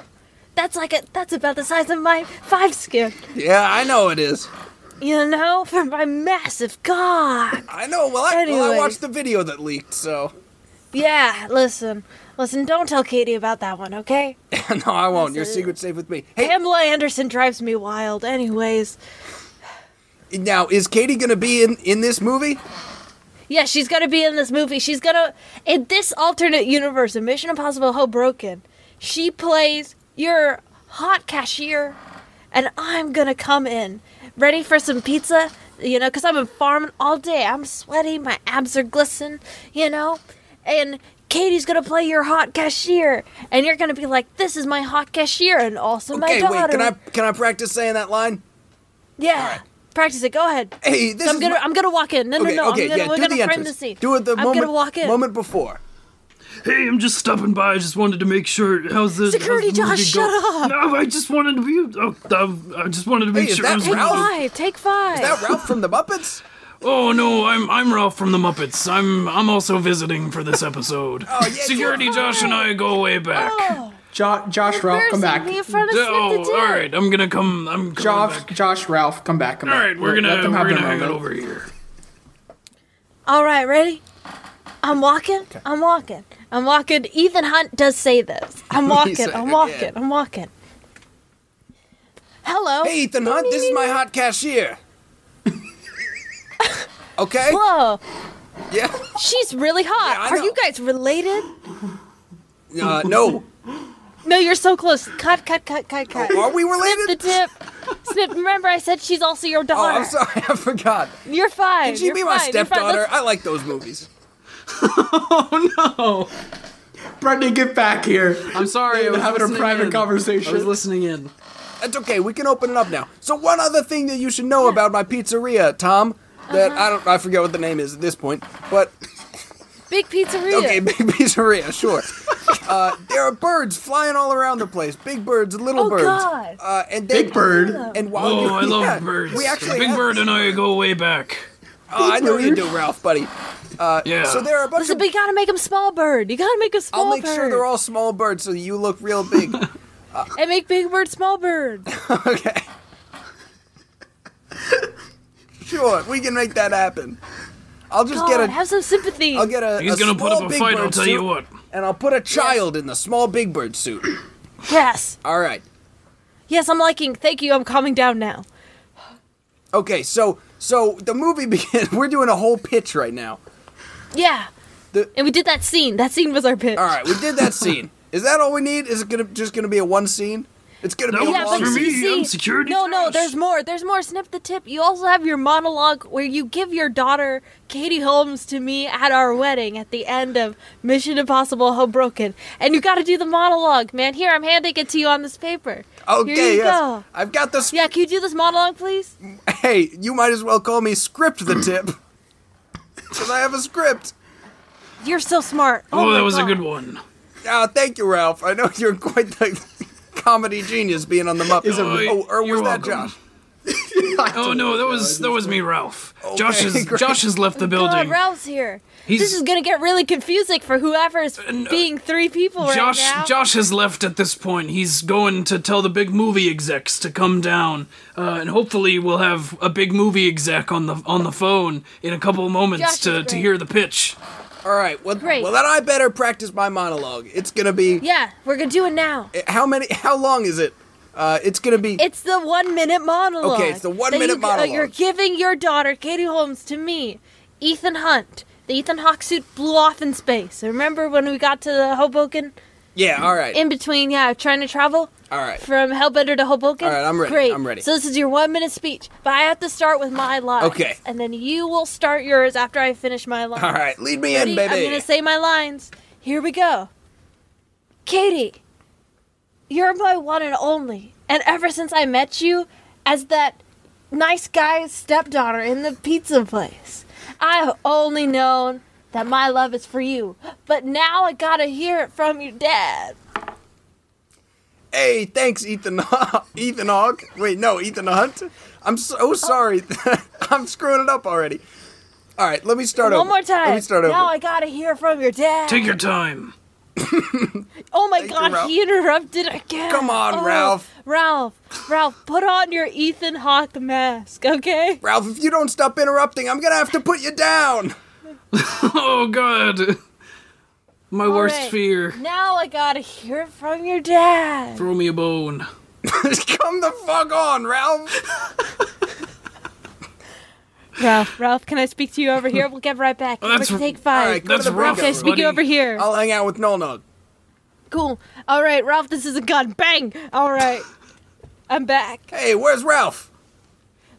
B: that's like a. That's about the size of my five skin.
C: Yeah, I know it is.
B: You know, for my massive cock.
C: I know. Well, I, well, I
B: Anyways.
C: watched the video that leaked, so [LAUGHS]
B: Yeah. Listen. Listen. Don't tell Katie about that one, okay?
C: no, I won't. Your secret's safe with me. Hey,
B: Pamela Anderson drives me wild. Anyways,
C: now is Katie gonna be in in this movie?
B: yeah, she's gonna be in this movie. She's gonna in this alternate universe of Mission Impossible: Ho Broken. She plays your hot cashier, and I'm gonna come in ready for some pizza. You know, because I've been farming all day. I'm sweaty. My abs are glistening. You know, and Katie's gonna play your hot cashier, and you're gonna be like, "This is my hot cashier," and also my
C: okay,
B: daughter.
C: wait. Can I can I practice saying that line?
B: Yeah.
C: right.
B: Practice it. Go ahead.
C: Hey, this
B: So I'm
C: is
B: gonna
C: my-
B: I'm gonna walk in. No, no,
C: okay,
B: no.
C: okay,
B: I'm gonna,
C: yeah.
B: we're
C: do
B: gonna
C: the
B: frame the
C: entrance.
B: scene.
C: Do it the
B: I'm
C: moment
B: gonna walk in.
C: moment before.
E: Hey, I'm just stopping by. I just wanted to make sure. How's the
B: Security,
E: how's the movie
B: Josh,
E: go-
B: shut up.
E: No, I just wanted to be. Oh, I, I just wanted to make
C: Hey, is
E: sure.
C: that
E: it was
B: Take
C: Ralph?
B: five. Take five. [LAUGHS]
C: That Ralph from the Muppets.
E: Oh no, I'm I'm Ralph from the Muppets. I'm I'm also visiting for this episode.
C: [LAUGHS] Oh, yeah, Oh,
E: Security, Josh, and I go way back.
D: Jo- Josh Ralph, come back.
B: Me Oh, in front of
E: D-
B: Sniff
E: oh,
B: the
E: all
B: Dick.
E: right. I'm gonna come. I'm coming
D: Josh,
E: back.
D: Josh Ralph, come back. Come
E: All
D: back.
E: right, we're gonna
D: Let
E: we're
D: them have
E: gonna
D: their
E: hang it
D: moment.
E: over here.
B: All right, ready? I'm walking. I'm walking. I'm walking. Ethan Hunt does say this.
C: [LAUGHS]
B: I'm
C: said
B: walking.
C: it
B: I'm walking.
C: again.
B: I'm walking. Hello.
C: Hey, Ethan Hunt, this is my
B: [LAUGHS]
C: hot cashier. okay?
B: Whoa,
C: Yeah.
B: she's really hot.
C: Yeah, I
B: Are
C: know.
B: you guys related?
C: Uh,
B: [LAUGHS]
C: no.
B: No, you're so close. Cut, cut, cut, cut, cut.
C: Are we
B: the
C: Oh, related?
B: tip. Snip, remember I said she's also your
C: Oh,
B: daughter.
C: I'm sorry. [LAUGHS] I forgot.
B: You're fine.
C: Could she
B: you're
C: be my
B: fine, you're fine.
C: stepdaughter?
B: Let's-
C: I like those movies.
A: Oh,
D: Brendan, get back here.
A: I'm sorry. I
D: We're
A: was
D: having a
A: listening
D: private
A: in. I
D: conversation.
A: was listening in.
C: That's okay. We can open it up now. So, one other thing that you should know about my pizzeria, Tom, that
B: Uh-huh.
C: I don't, I forget what the name is at this point, but
B: Big pizzeria.
C: Okay, [LAUGHS] big pizzeria, sure. uh, there are birds flying all around the place. Big birds, little
B: Oh,
C: birds.
B: God.
C: Uh, and they,
D: Big Bird.
C: And while
E: Oh,
C: you,
E: I love
C: yeah,
E: birds.
C: We actually
E: Big
C: have-
E: Bird and I go way back.
C: Oh, I know you do, Ralph, buddy.
E: Yeah.
C: Uh, So there are a bunch
B: Listen,
C: of.
B: but you gotta make them small bird. You gotta make a small
C: I'll make
B: bird.
C: sure they're all small birds so you look real
E: [LAUGHS]
C: big.
B: And make big bird small
C: [LAUGHS]
B: bird.
C: okay. Sure, we can make that happen. I'll just
B: God,
C: get a.
B: have some sympathy.
C: will get a.
E: He's
C: a
E: gonna put
C: small
E: up a
C: big
E: fight,
C: bird
E: I'll tell
C: suit, Oh
E: you what.
C: And I'll put a child in the small big bird suit.
B: Yes.
C: All right.
B: Yes, I'm liking. Thank you. I'm calming down now.
C: Okay, so so the movie [LAUGHS] begins. We're doing a whole pitch right now.
B: Yeah.
C: The-
B: and we did that scene. That scene was our pitch.
C: All right, we did that
E: [LAUGHS]
C: scene. Is that all we need? Is it gonna just gonna be a one scene? It's gonna be
E: No,
C: a
B: Yeah,
C: long
B: but
E: for
C: scene.
E: me,
B: see,
E: I'm
B: see-
E: security
B: No, no,
E: first.
B: there's more. There's more. Snip the tip. You also have your monologue where you give your daughter Katie Holmes to me at our wedding at the end of Mission Impossible Hoboken, and you got to do the monologue, man. Here, I'm handing it to you on this paper.
C: Okay,
B: Here you
C: yes.
B: go.
C: I've got the. Sp-
B: Yeah, can you do this monologue, please?
C: Hey, you might as well call me script the tip, because I have a script.
B: You're so smart.
E: Oh,
B: my
E: that was a
B: God.
E: good one.
C: Ah, thank you, Ralph. I know [LAUGHS] you're quite the comedy genius being on the Muppet.
E: a-
C: oh, or was
E: you're
C: that
E: welcome.
C: Josh?
E: Oh no, that was that was me, Ralph. Josh has
C: great.
E: Josh has left the
B: Oh, God,
E: building.
B: Ralph's here.
E: He's- uh,
B: This is gonna get really confusing for whoever's being three people
E: Josh
B: right now.
E: Josh has left at this point. He's going to tell the big movie execs to come down, uh, and hopefully we'll have a big movie exec on the on the phone in a couple of
B: Josh
E: moments
B: is
E: to, to
B: great.
E: hear the pitch.
C: All right. Well,
B: Great.
C: well, then I better practice my monologue. It's gonna be
B: yeah, we're gonna do it now.
C: how many? How long is it? Uh, it's gonna be.
B: It's the one minute monologue.
C: Okay, it's the one
B: that
C: minute
B: you, uh, you're
C: monologue.
B: giving your daughter, Katie Holmes, to me, Ethan Hunt. The Ethan Hawke suit blew off in space. Remember when we got to the Hoboken?
C: yeah. All right.
B: In between, yeah, trying to travel
C: all right.
B: from Hellbender to Hoboken.
C: All right, I'm ready,
B: Great.
C: I'm ready.
B: So this is your one minute speech, but I have to start with my lines.
C: Okay.
B: And then you will start yours after I finish my lines.
C: All right. Lead me in,
B: Ready?
C: baby.
B: I'm gonna say my lines. Here we go. Katie, you're my one and only. And ever since I met you as that nice guy's stepdaughter in the pizza place, I have only known that my love is for you. But now I gotta hear it from your dad.
C: Hey, thanks, Ethan. [LAUGHS] Ethan Hawk. Wait, no, Ethan Hunt. I'm so oh, sorry. [LAUGHS] I'm screwing it up already. All right, let me start
B: Oh. One
C: over.
B: more time.
C: Let me start over.
B: Now I gotta hear it from your dad.
E: Take your time. [LAUGHS]
B: Oh my
C: Thank you,
B: god,
C: Ralph.
B: he interrupted again.
C: Come on,
B: Oh,
C: Ralph.
B: Ralph, Ralph, put on your Ethan Hawke mask, okay?
C: Ralph, if you don't stop interrupting, I'm gonna have to put you down. [LAUGHS]
E: Oh god, my worst
B: right.
E: fear.
B: Now I gotta hear it from your dad.
E: Throw me a bone.
C: Come the fuck on, Ralph.
B: Ralph, Ralph, can I speak to you over here? We'll get right back.
E: Oh, that's-
B: We're gonna take
C: all
B: five.
C: right, go
E: That's
C: to the
E: rough.
B: Ralph, can I speak to
E: buddy.
B: you over here?
C: I'll hang out with Nolnog.
B: Cool. All right, Ralph, this is a gun. Bang! All right. I'm back.
C: Hey, where's Ralph?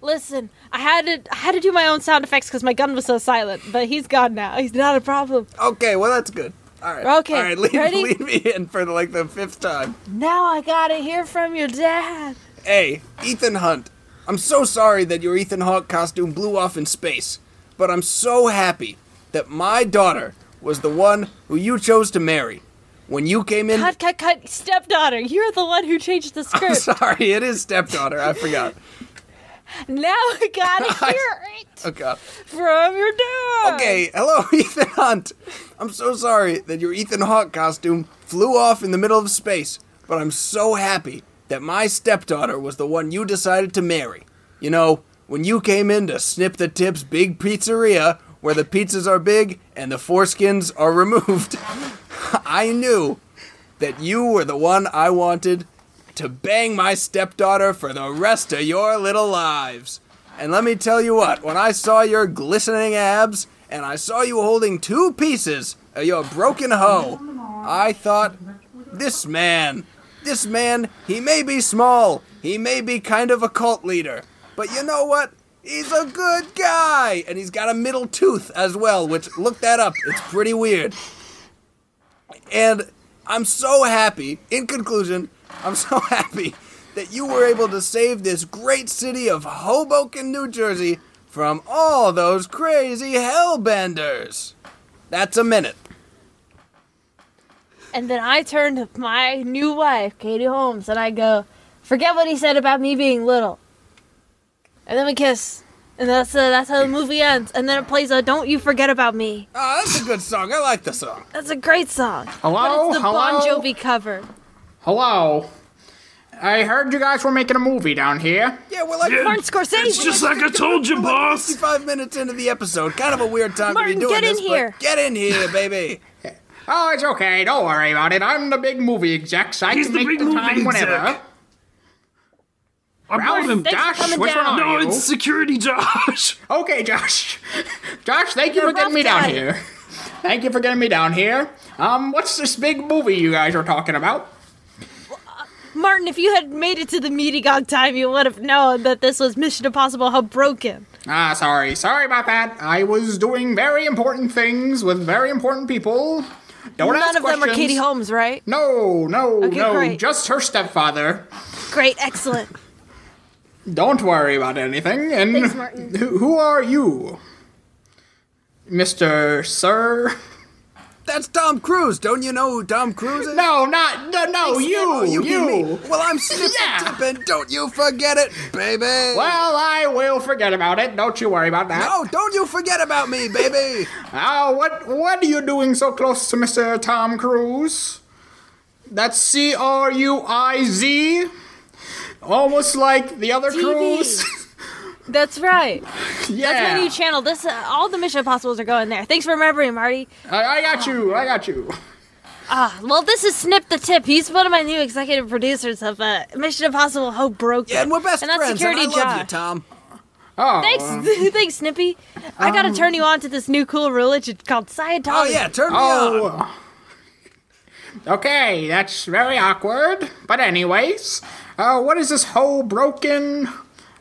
B: Listen, I had to I had to do my own sound effects because my gun was so silent, but he's gone now. He's not a problem.
C: Okay, well that's good. All right.
B: Okay,
C: All right, lead,
B: ready?
C: [LAUGHS] lead me in for the, like the fifth time.
B: Now I gotta hear from your dad.
C: Hey, Ethan Hunt. I'm so sorry that your Ethan Hawke costume blew off in space, but I'm so happy that my daughter was the one who you chose to marry. When you came in, [LAUGHS]
B: Cut, cut, cut. Stepdaughter, you're the one who changed the
C: I'm
B: script.
C: sorry, it is stepdaughter. I forgot.
B: Now I
C: [LAUGHS]
B: gotta hear it
C: Oh God.
B: from your dad.
C: Okay, hello, [LAUGHS] Ethan Hunt. I'm so sorry that your Ethan Hawke costume flew off in the middle of space, but I'm so happy that my stepdaughter was the one you decided to marry. You know, when you came in to snip the tip's big pizzeria, where the pizzas are big and the foreskins are [LAUGHS] removed. I knew that you were the one I wanted to bang my stepdaughter for the rest of your little lives. And let me tell you what, when I saw your glistening abs and I saw you holding two pieces of your broken hoe, I thought, this man, this man, he may be small, he may be kind of a cult leader, but you know what? He's a good guy! And he's got a middle tooth as well, which, look that up, it's pretty weird. And I'm so happy, in conclusion, I'm so [LAUGHS] happy that you were able to save this great city of Hoboken, New Jersey from all those crazy hellbenders. That's a minute.
B: And then I turn to my new wife, Katie Holmes, and I go, "Forget what he said about me being little." And then we kiss, and that's uh, that's how the movie ends. And then it plays a "Don't You Forget About Me."
C: Ah, that's a good song. I like the song.
B: That's a great song.
D: [LAUGHS]
B: but
D: Hello,
B: it's the Bon
D: Oh, hello?
B: Jovi cover.
D: Hello. I heard you guys were making a movie down here.
C: Yeah, we're like
B: Martin
E: It's
B: Scorsese.
E: just like I told you, boss.
C: 55 minutes into the episode. Kind of a weird time to
B: Martin,
C: be doing
B: get in
C: this, but
B: here.
C: get in
B: [LAUGHS]
C: here, baby.
D: Oh, it's okay. Don't worry about it. I'm the big movie exec. So I
E: He's
D: can
E: the
D: make
E: big
D: the
E: movie
D: time whenever.
E: exec. I brought him.
B: Thanks for
D: Josh,
B: coming
D: which
B: down.
D: one are
E: No,
D: you?
E: it's security, Josh.
D: Okay, Josh. [LAUGHS] Josh, thank you
B: You're
D: for
B: rough
D: getting me down
B: guy.
D: here. [LAUGHS] Thank you for getting me down here. Um, what's this big movie you guys are talking about?
B: Martin, if you had made it to the Meetigog time, you would have known that this was Mission Impossible. How broken.
D: Ah, sorry. Sorry about that. I was doing very important things with very important people. Don't
B: None
D: ask
B: of them are
D: questions.
B: Katie Holmes, right?
D: No, no,
B: Okay,
D: no.
B: great.
D: Just her stepfather.
B: Great, excellent.
D: Don't worry about anything. And
B: Thanks, Martin.
D: Who, who are you? Mr. Sir?
C: That's Tom Cruise. Don't you know who Tom Cruise is?
D: No, not no, no, you,
C: Oh,
D: you,
C: you, mean me. Well,
B: [LAUGHS]
C: I'm snipping
D: Yeah.
C: tipping. Don't you forget it, baby.
D: Well, I will forget about it. Don't you worry about that.
C: No, Oh, don't you forget about me,
D: [LAUGHS]
C: baby.
D: Oh, what what are you doing so close to Mr. Tom Cruise? That's C R U I Z. Almost like the other Cruise. [LAUGHS]
B: That's right.
D: yeah.
B: That's my new channel. This uh, all the Mission Impossibles are going there. Thanks for remembering, Marty.
D: I, I got you. I got you.
B: Ah, well, this is Snip the Tip. He's one of my new executive producers of uh, Mission Impossible. How broken.
C: Yeah, and we're best
B: And that's
C: friends.
B: security
C: and I love you,
B: Josh.
C: Tom.
D: Oh.
B: Thanks, thanks, [LAUGHS] Snippy. I gotta turn you on to this new cool religion called Scientology.
C: Um, Oh yeah, turn me on.
D: Oh. Okay, that's very awkward. But anyways, uh, what is this whole broken?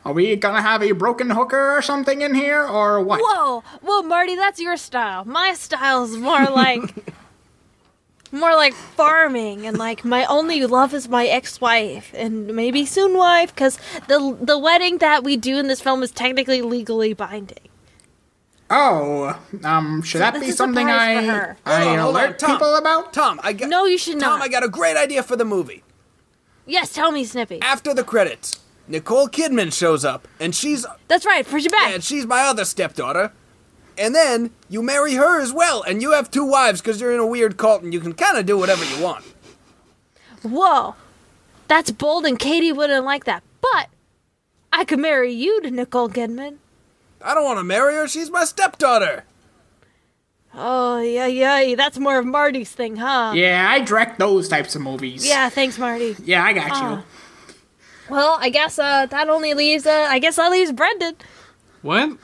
D: Are we gonna have a broken hooker or something in here, or what?
B: Whoa, whoa, Marty, that's your style. My style is
C: [LAUGHS]
B: more like, more like farming, and like my only love is my ex-wife and maybe soon wife, because the the wedding that we do in this film is technically legally binding.
D: Oh, um, should that
B: this
D: be
B: is a
D: something
B: prize
D: I
B: for her.
D: I
C: Hold on, hold on,
D: alert
C: Tom.
D: people about?
C: Tom, I got
B: No, you should
C: Tom,
B: not.
C: I got a great idea for the movie.
B: Yes, tell me, Snippy.
C: After the credits, Nicole Kidman shows up, and she's
B: That's right. Push it back.
C: and she's my other stepdaughter. And then you marry her as well, and you have two wives because you're in a weird cult, and you can kind of do whatever you want.
B: Whoa, that's bold, and Katie wouldn't like that. But I could marry you to Nicole Kidman.
C: I don't want to marry her. She's my stepdaughter.
B: Oh yeah, yeah. That's more of Marty's thing, huh?
D: Yeah, I direct those types of movies.
B: Yeah, thanks, Marty.
D: Yeah, I got
C: Oh.
D: you.
B: Well, I guess uh, that only leaves. Uh, I guess that leaves Brendan.
G: What?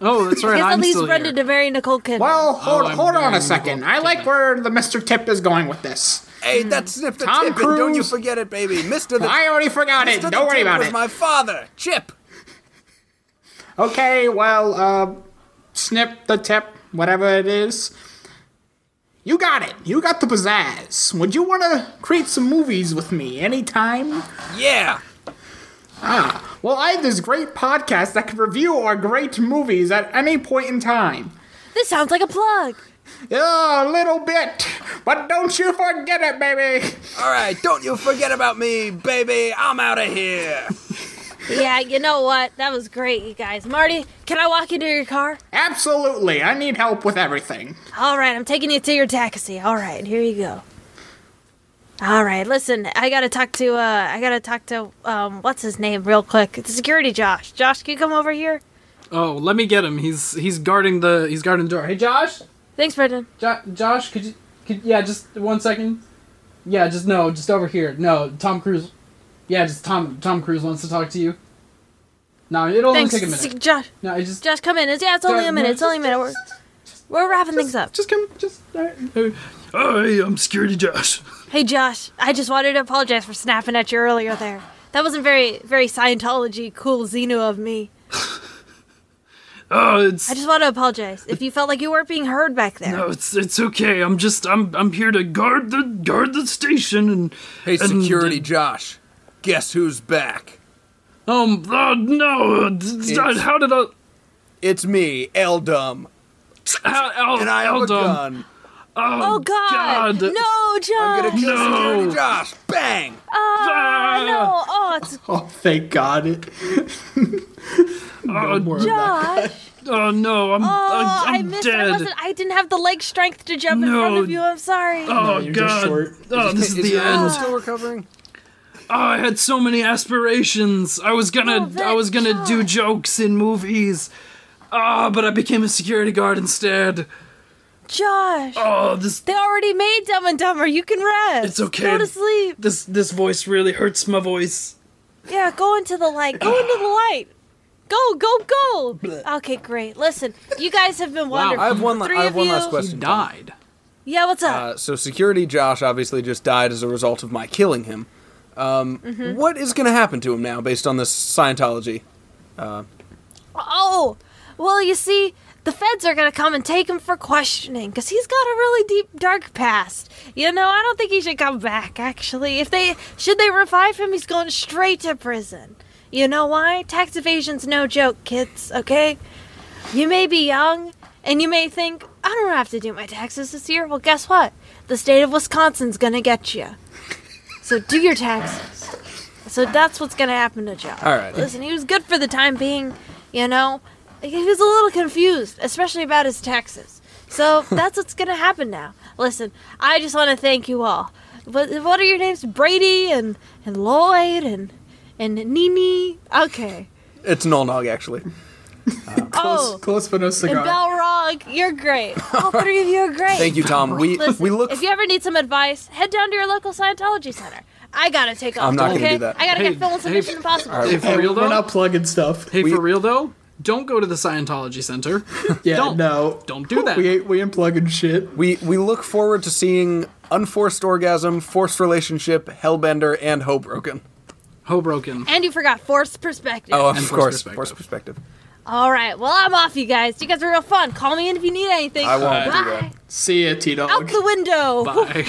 G: Oh, that's
B: I
G: right.
B: guess
G: I'm
B: that leaves
G: still
B: Brendan
G: here.
B: to marry Nicole Kidman.
D: Well, hold,
G: I'm
D: hold on
G: very
D: a second. I like where the Mr. Tip is going with this.
C: Hey, that snipped a
D: Hmm. Tom
C: tip, and don't you
D: Cruise.
C: forget it, baby, Mister. The,
D: I already forgot it.
C: Mr.
D: Don't
C: the
D: worry
C: Tip
D: about
C: was
D: it.
C: my father, Chip.
D: Okay, well, uh, snip the tip, whatever it is. You got it. You got the pizzazz. Would you want to create some movies with me anytime?
C: Yeah.
D: Well, I have this great podcast that can review our great movies at any point in time.
B: this sounds like a plug.
D: Yeah, a little bit. But don't you forget it, baby.
C: All right, don't you forget about me, baby. I'm out of here.
B: yeah, you know what? That was great, you guys. Marty, can I walk into your car?
D: Absolutely. I need help with everything.
B: All right, I'm taking you to your taxi. All right, here you go. All right, listen, I gotta talk to. uh I gotta talk to. um What's his name, real quick? It's security, Josh. Josh, can you come over here?
A: Oh, let me get him. He's he's guarding the he's guarding the door. Hey, Josh.
B: Thanks, Brendan.
A: Jo- Josh, could you could yeah just one second? Yeah, just no, just over here. No, Tom Cruise. Yeah, just Tom Tom Cruise wants to talk to you. No, it'll
B: Thanks,
A: only take a minute.
B: Josh.
A: No, it just
B: Josh, come in. It's, yeah, it's only
A: Sorry,
B: a minute.
A: no,
B: It's only a minute. We're, we're wrapping things up.
A: just come just. all right.
E: Hi, I'm Security Josh.
B: Hey, Josh. I just wanted to apologize for snapping at you earlier there. That wasn't very, very Scientology cool Xeno of me.
E: Oh, it's
B: I just want to apologize if you felt like you weren't being heard back there.
E: no, it's it's okay. I'm just I'm I'm here to guard the guard the station and
C: Hey,
E: and-
C: security Josh, guess who's back?
E: Um, oh, no, d- d-
C: It's-
E: how did I?
C: It's me, Eldum,
E: How, oh,
C: and I have
E: well
C: a
E: done.
C: gun.
E: Oh,
B: Oh God!
E: God.
B: No,
C: I'm
B: Josh!
C: gonna kill
E: No.
C: security Josh. Bang!
E: Ah,
B: no! Oh, it's
D: [LAUGHS] Oh, thank God. It.
E: oh, [LAUGHS]
B: Josh!
E: oh, no, I'm
B: Oh,
E: I,
B: I
E: I'm
B: missed. I
E: dead.
B: wasn't. I didn't have the leg strength to jump in
E: No.
B: front of you. I'm sorry.
E: Oh
D: you're just
E: God!
D: short.
E: Oh, this is the
C: your arm
B: Uh,
E: end.
C: still recovering?
E: Oh, I had so many aspirations. I was gonna,
B: Oh,
E: I was gonna
B: that
E: do jokes in movies. Ah, but I became a security guard instead.
B: Josh!
E: Oh, this,
B: They already made Dumb and Dumber. You can rest.
E: It's okay.
B: Go to sleep.
E: this, this voice really hurts my voice.
B: Yeah, go into the light. Go into the light. Go, go, go. Okay, great. Listen, you guys have been wonderful.
C: I have one. La-
B: Three
C: I have
B: of
C: one
B: you.
C: last
A: He
C: question. Tom.
A: died.
B: Yeah, what's up?
C: Uh, so security Josh obviously just died as a result of my killing him. Um,
B: Mm-hmm.
C: what is going to happen to him now based on this Scientology?
B: oh, well, you see, the feds are gonna come and take him for questioning because he's got a really deep, dark past. You know, I don't think he should come back. Actually, if they should they revive him, he's going straight to prison. You know why? Tax evasion's no joke, kids. Okay. You may be young and you may think, I don't have to do my taxes this year. Well, guess what? The state of Wisconsin's gonna get you. So do your taxes. So that's what's gonna happen to Joe.
C: All right.
B: Listen, he was good for the time being, you know. He was a little confused, especially about his taxes.
C: [LAUGHS]
B: So that's what's gonna happen now. Listen, I just want to thank you all. What what are your names? Brady and and Lloyd and and Nini. Okay.
C: It's Nolnog actually.
B: oh.
D: Close, close but no
B: And
D: cigar.
B: Balrog, you're
C: [LAUGHS]
B: great. All three of you are great.
C: Thank you, Tom. We
B: Listen,
C: we look.
B: if you ever need some advice, head down to your local Scientology center. I gotta take off.
C: I'm not gonna
B: okay?
C: do that.
B: I gotta
A: Hey,
B: get filmed some
A: hey,
B: Mission Impossible.
A: Hey, for
D: Hey,
A: real
D: we're
A: though.
D: not plugging stuff.
A: Hey, for real though. Don't go to the Scientology Center.
D: yeah,
A: don't.
D: no,
A: Don't do that.
D: We ain't, we ain't plugging shit.
C: we we look forward to seeing unforced orgasm, forced relationship, hellbender, and hoe broken.
A: Hobroken.
B: And you forgot forced perspective.
C: Oh, of
A: forced
C: course,
A: perspective.
C: forced perspective.
B: All right. Well, I'm off, you guys. You guys were real fun. Call me in if you need anything.
C: I won't do
B: Bye.
C: that.
D: See ya, T Dog.
B: Out the window.
A: Bye.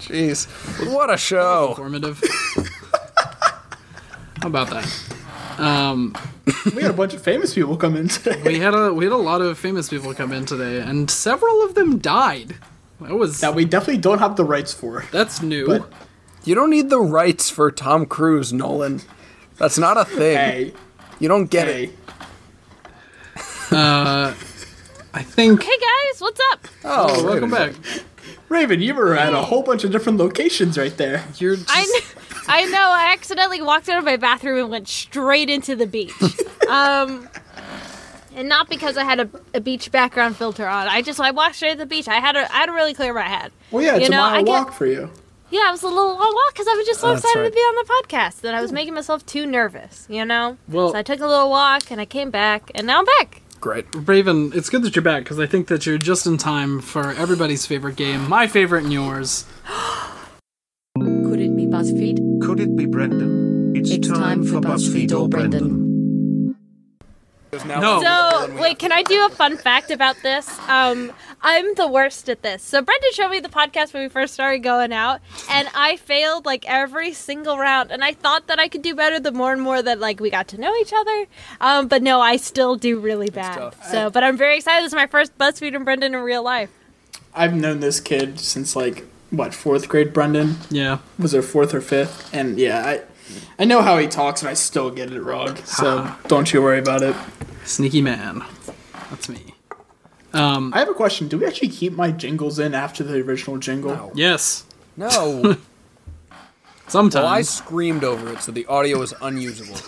C: Jeez, what a show!
A: Informative. How about that? Um,
D: We had a bunch of famous people come in today.
A: we had a we had a lot of famous people come in today, and several of them died. That was
D: That we definitely don't have the rights for.
A: that's new.
D: But-
C: You don't need the rights for Tom Cruise, Nolan. That's not a thing.
D: Hey,
C: you don't get
D: hey.
C: it.
A: I think.
B: Hey guys, what's up?
C: Oh, wait a
A: Welcome
C: minute.
A: back.
D: Raven, you were at a whole bunch of different locations right there.
A: You're just,
B: I kn- I know. I accidentally walked out of my bathroom and went straight into the beach. Um, and not because I had a, a beach background filter on. I just I walked straight to the beach. I had a I had a really clear my head.
D: Well, yeah, it's
B: You
D: a
B: know,
D: mile
B: I get-
D: walk for you.
B: Yeah, it was a little long walk because I was just so
C: that's
B: excited
C: right.
B: to be on the podcast that I was making myself too nervous. You know.
A: Well-
B: so I took a little walk and I came back and now I'm back.
C: Great.
A: Raven, it's good that you're back because I think that you're just in time for everybody's favorite game, my favorite and yours.
H: Could it be BuzzFeed?
I: Could it be Brendan? It's,
H: It's
I: time, for BuzzFeed or Brendan.
C: There's now
A: No.
B: So wait, can I do a fun fact about this? Um, I'm the worst at this. So Brendan showed me the podcast when we first started going out, and I failed like every single round. And I thought that I could do better the more and more that like we got to know each other. Um, but no, I still do really bad.
C: tough.
B: So, but I'm very excited. This is my first BuzzFeed and Brendan in real life.
D: I've known this kid since like what fourth grade. Brendan
A: Yeah.
D: was there fourth or fifth, and yeah, I I know how he talks, and I still get it wrong. So don't you worry about it.
A: Sneaky man. That's me.
D: I have a question. Do we actually keep my jingles in after the original jingle?
A: Yes.
C: No. Well, I
A: [LAUGHS] Sometimes.
C: screamed over it, so the audio is unusable.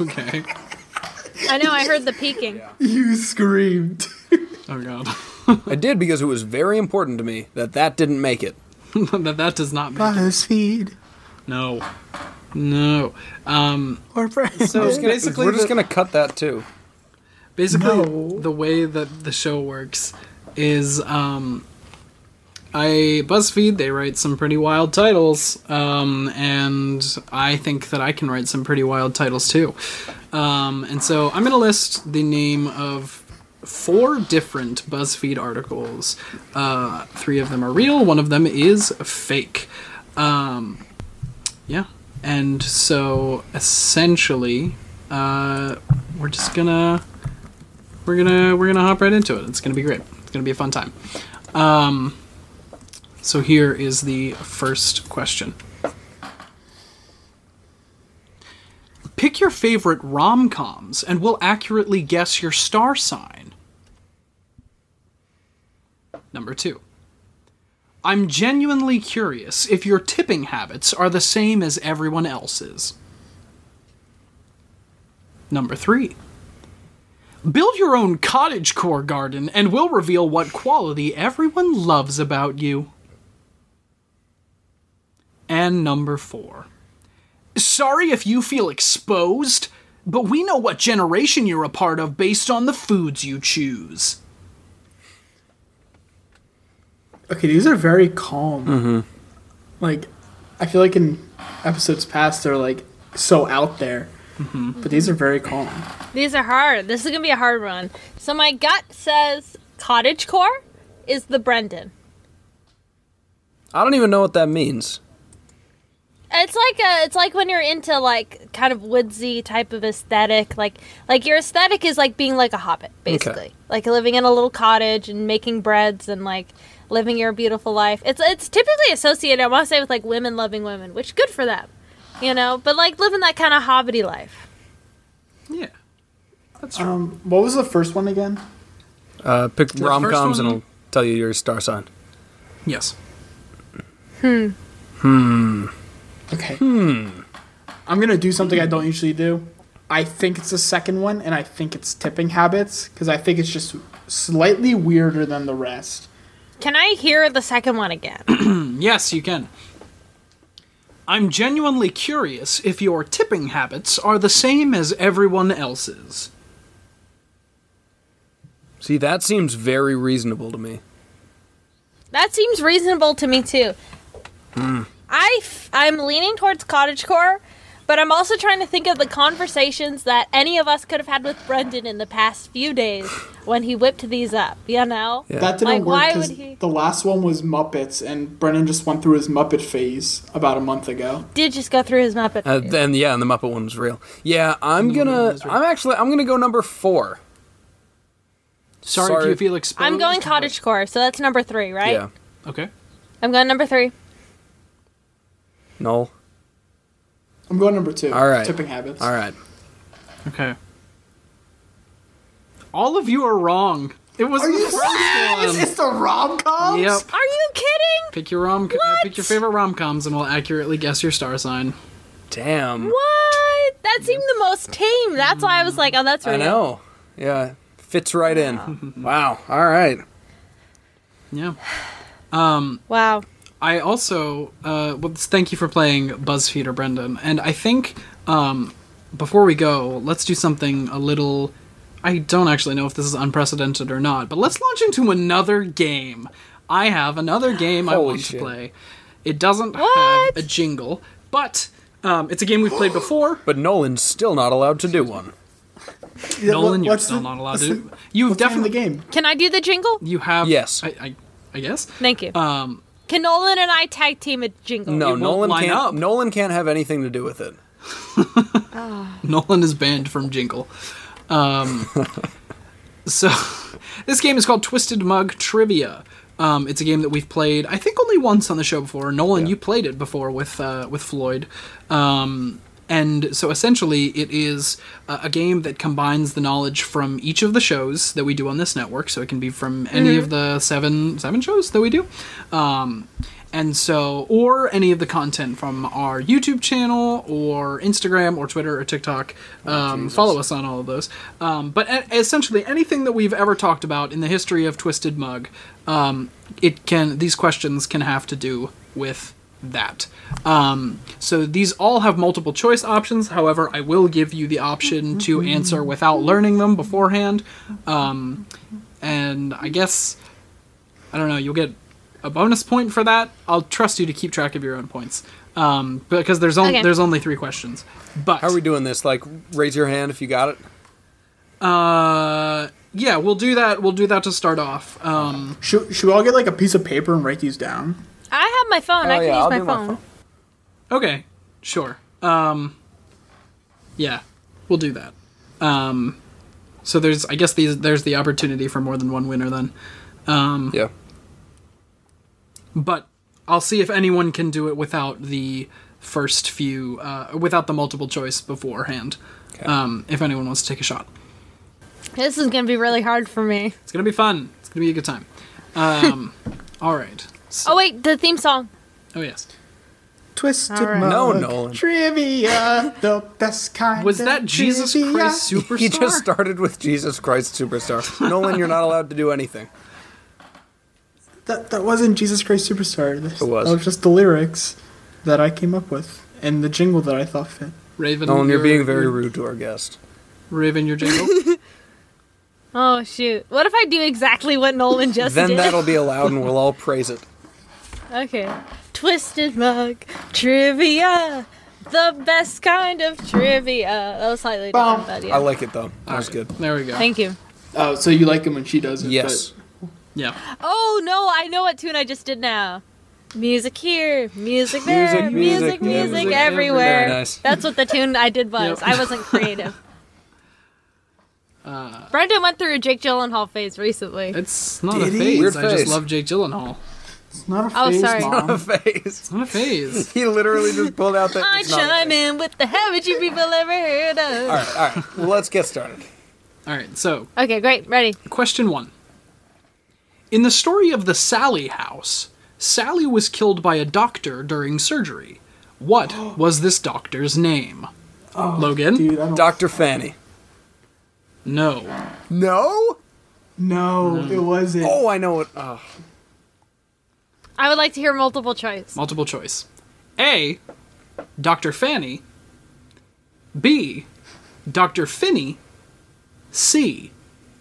A: okay.
B: I know. I heard the peeking.
D: You screamed.
A: Oh god, [LAUGHS]
C: I did because it was very important to me that that didn't make it.
A: that that does not make
D: BuzzFeed
A: no, no. Um,
D: or friends.
A: so
C: Just gonna-
A: basically,
C: we're just
A: the-
C: gonna cut that too.
A: basically
D: No.
A: the way that the show works is um i buzzfeed they write some pretty wild titles um and i think that i can write some pretty wild titles too um and so i'm gonna list the name of four different buzzfeed articles uh three of them are real one of them is fake um yeah and so essentially uh we're just gonna we're gonna we're gonna hop right into it. It's gonna be great. It's gonna be a fun time. Um, so here is the first question. Pick your favorite rom coms, and we'll accurately guess your star sign. Number two. I'm genuinely curious if your tipping habits are the same as everyone else's. Number three. Build your own cottage core garden and we'll reveal what quality everyone loves about you. And number four. Sorry if you feel exposed, but we know what generation you're a part of based on the foods you choose.
D: Okay, these are very calm. Like, I feel like in episodes past they're like so out there, but these are very calm.
B: These are hard. This is gonna be a hard one. So my gut says cottage core is the Brendan.
C: I don't even know what that means.
B: It's like a, it's like when you're into like kind of woodsy type of aesthetic. Like like your aesthetic is like being like a hobbit, basically. Like living in a little cottage and making breads and like living your beautiful life. It's it's typically associated, I want to say, with like women loving women, which good for them, you know. But like living that kind of hobbity life.
A: Yeah. That's
D: Um, what was the first one again?
C: Uh, pick
A: first
C: rom coms and
A: one-
C: it'll tell you your star sign.
A: Yes.
D: Okay. Hmm. I'm gonna do something I don't usually do. I think it's the second one, and I think it's tipping habits because I think it's just slightly weirder than the rest.
B: Can I hear the second one again?
A: Yes, you can. I'm genuinely curious if your tipping habits are the same as everyone else's.
C: See, that seems very reasonable to me.
B: That seems reasonable to me too.
C: Hmm.
B: I f- I'm leaning towards cottagecore, but I'm also trying to think of the conversations that any of us could have had with Brendan in the past few days when he whipped these up. You know,
D: That
B: Like,
D: didn't
B: why
D: work because
B: would he-
D: the last one was Muppets, and Brennan just went through his Muppet phase about a month ago.
B: did just go through his Muppet.
C: Uh, then yeah, and the Muppet one was real. Yeah, I'm gonna. I'm actually. I'm gonna go number four.
A: Sorry,
C: Sorry.
A: if you feel exposed.
B: I'm going
A: but-
B: cottagecore, so that's number three, right?
C: Yeah,
A: Okay.
B: I'm going number three.
C: null.
D: I'm going number two.
C: All right.
D: Tipping habits.
C: All right.
A: Okay. All of you are wrong. It was the first
D: It's the rom com.
A: one. Yep.
B: Are you kidding?
A: Pick your rom. Uh, pick your favorite rom coms, and we'll accurately guess your star sign.
C: Damn.
B: What? That seemed the most tame. That's why I was like, oh, that's
C: I
B: real.
C: know. Yeah, fits right in. wow. [LAUGHS] All right.
A: Yeah.
B: Wow.
A: I also uh, well, thank you for playing BuzzFeed or Brendan, and I think um, before we go, let's do something a little. I don't actually know if this is unprecedented or not, but let's launch into another game. I have another game I
C: Holy
A: want to
C: shit.
A: play. It doesn't
B: What?
A: have a jingle, but um, it's a game we've played before.
C: But Nolan's still not allowed to do one.
A: Nolan, you're
D: what's
A: still
D: the-
A: not allowed
D: what's
A: to.
D: the-
A: You've
D: What's the name of
A: definitely
D: the game.
B: Can I do the jingle?
A: You have
C: Yes.
A: I, I, I guess.
B: Thank you.
A: Um,
B: Can Nolan and I tag team a jingle?
C: No,
A: won't
C: Nolan
A: line
C: can't.
A: up.
C: Nolan can't have anything to do with it.
A: [LAUGHS] Nolan is banned from Jingle. Um, so this game is called Twisted Mug Trivia. Um, it's a game that we've played, I think, only once on the show before. Nolan, you played it before with uh, with Floyd. Um, and so essentially, it is uh, a game that combines the knowledge from each of the shows that we do on this network. So it can be from any of the seven seven shows that we do, um, And so, or any of the content from our YouTube channel or Instagram or Twitter or TikTok. Um, follow us on all of those. Um, but e- essentially, anything that we've ever talked about in the history of Twisted Mug, um, it can these questions can have to do with that. Um, so these all have multiple choice options. However, I will give you the option to answer without learning them beforehand. Um, and I guess I don't know. You'll get a bonus point for that. I'll trust you to keep track of your own points um, because there's only
B: Okay.
A: there's only three questions. But
C: How are we doing this? Like, raise your hand if you got it.
A: uh, yeah, we'll do that. We'll do that to start off. Um,
D: Should, should we all get like a piece of paper and write these down?
B: I have my phone. I
C: Oh,
B: can
C: yeah,
B: use
C: I'll
B: my
C: do
B: phone.
C: my phone.
A: Okay, sure. Um, yeah, we'll do that. Um, so there's, I guess, these there's the opportunity for more than one winner then.
C: Yeah.
A: But I'll see if anyone can do it without the first few, uh, without the multiple choice beforehand. Um, if anyone wants to take a shot,
B: This is gonna be really hard for me.
A: it's gonna be fun. It's gonna be a good time. Um, [LAUGHS] all right. So,
B: Oh wait, the theme song.
A: oh yes.
D: Twisted
B: All right.
C: No,
D: Mug
C: Nolan. [LAUGHS]
D: Trivia, the best kind.
A: Was
D: of
A: that Jesus
D: trivia.
A: Christ Superstar?
C: He just started with Jesus Christ Superstar. Nolan, you're not allowed to do anything.
D: That, that wasn't Jesus Christ Superstar. That,
C: It was.
D: That was just the lyrics that I came up with and the jingle that I thought fit.
A: Raven,
C: [LAUGHS] Nolan, Oh, you're
A: your-
C: being very
A: your-
C: rude to our guest.
A: Raven,
C: [LAUGHS]
A: your jingle.
B: Oh shoot. What if I do exactly what Nolan just
C: Then
B: did?
C: that'll be allowed and we'll all praise it.
B: [LAUGHS] Okay. Twisted mug trivia. The best kind of trivia. That was slightly different, but yeah.
C: I like it though. That was good.
A: there we go.
B: Thank you.
D: Oh, so you like him when she does it?
C: Yes.
A: yeah.
B: Oh no, I know what tune I just did now. Music here, music there,
C: Music,
B: music, music,
C: music, music
B: everywhere.
C: Very nice.
B: That's what the tune I did was.
A: Yep.
B: I wasn't
C: [LAUGHS]
B: creative.
C: Uh,
B: Brendan went through a Jake Gyllenhaal phase recently.
A: It's not
D: Did
A: a
D: he?
A: phase.
C: Weird
A: I
C: phase.
A: just love Jake Gyllenhaal.
D: It's not a
B: Oh,
D: phase,
B: sorry.
C: [LAUGHS]
D: Mom.
C: Face.
A: Not a phase.
C: He literally just pulled out that.
B: I
C: it's not a
B: chime
C: face.
B: in with the haven't you people ever heard of?
C: All right, all right. Well, let's get started.
A: All right. So,
B: Okay, great, ready.
A: question one. In the story of the Sally House, Sally was killed by a doctor during surgery. What was this doctor's name? Logan?
D: Dude, I don't
C: Dr. Fanny.
A: No.
C: No?
D: No, it wasn't.
C: Oh, I know what. Oh.
B: I would like to hear multiple choice.
A: Multiple choice. A. Dr. Fanny. B. Dr. Finney. C.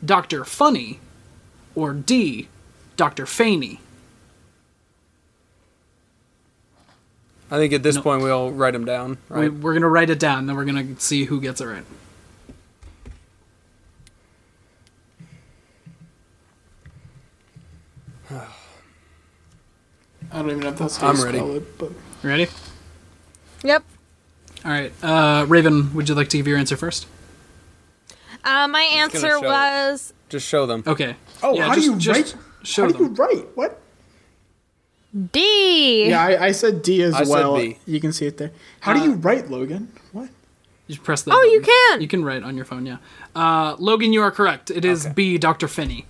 A: Dr. Funny. Or D. Dr. Faney.
C: I think at this point we all write him down,
A: We,
C: right?
A: we're gonna write it down, then we're gonna see who gets it right.
D: I don't even know if that's how
C: I'm
D: you
C: ready.
D: spell it, but
A: You ready?
B: Yep.
A: All right, uh, Raven. Would you like to give your answer first?
B: Uh, my
C: gonna
B: answer
C: show it.
B: was
C: Just show them.
A: Okay.
D: Oh, how do you write-
A: Show
D: how do you
A: them.
D: write? What?
B: D.
D: Yeah, Uh, I, I said D as
C: I said
D: well.
C: B.
D: You can see it there. How do you write, Logan? What?
A: You just press that.
B: Oh, you
A: button.
B: can.
A: You can write on your phone. Yeah. Uh, Logan, you are correct. It is B. Dr. Finney.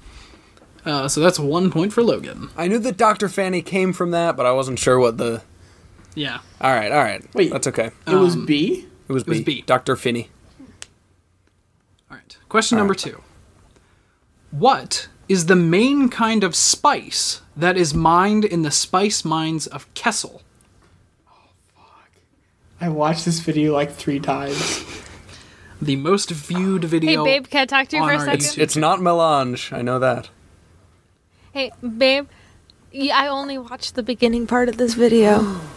A: Uh, so that's one point for Logan.
C: I knew that Dr. Fanny came from that, but I wasn't sure what the.
A: Yeah.
C: All right, all right.
D: Wait.
C: That's okay.
D: It was B.
C: It was,
A: was
C: B.
A: B.
C: Dr. Finney.
A: All right. Question number two. What is the main kind of spice that is mined in the spice mines of Kessel?
D: I watched this video like three times.
A: The most viewed
B: Hey,
A: video.
B: babe, can I talk to you
A: on
B: for a
A: our
B: second?
A: YouTube-
C: It's not Melange. I know that.
B: Hey, babe, y- I only watched the beginning part of this video. [GASPS]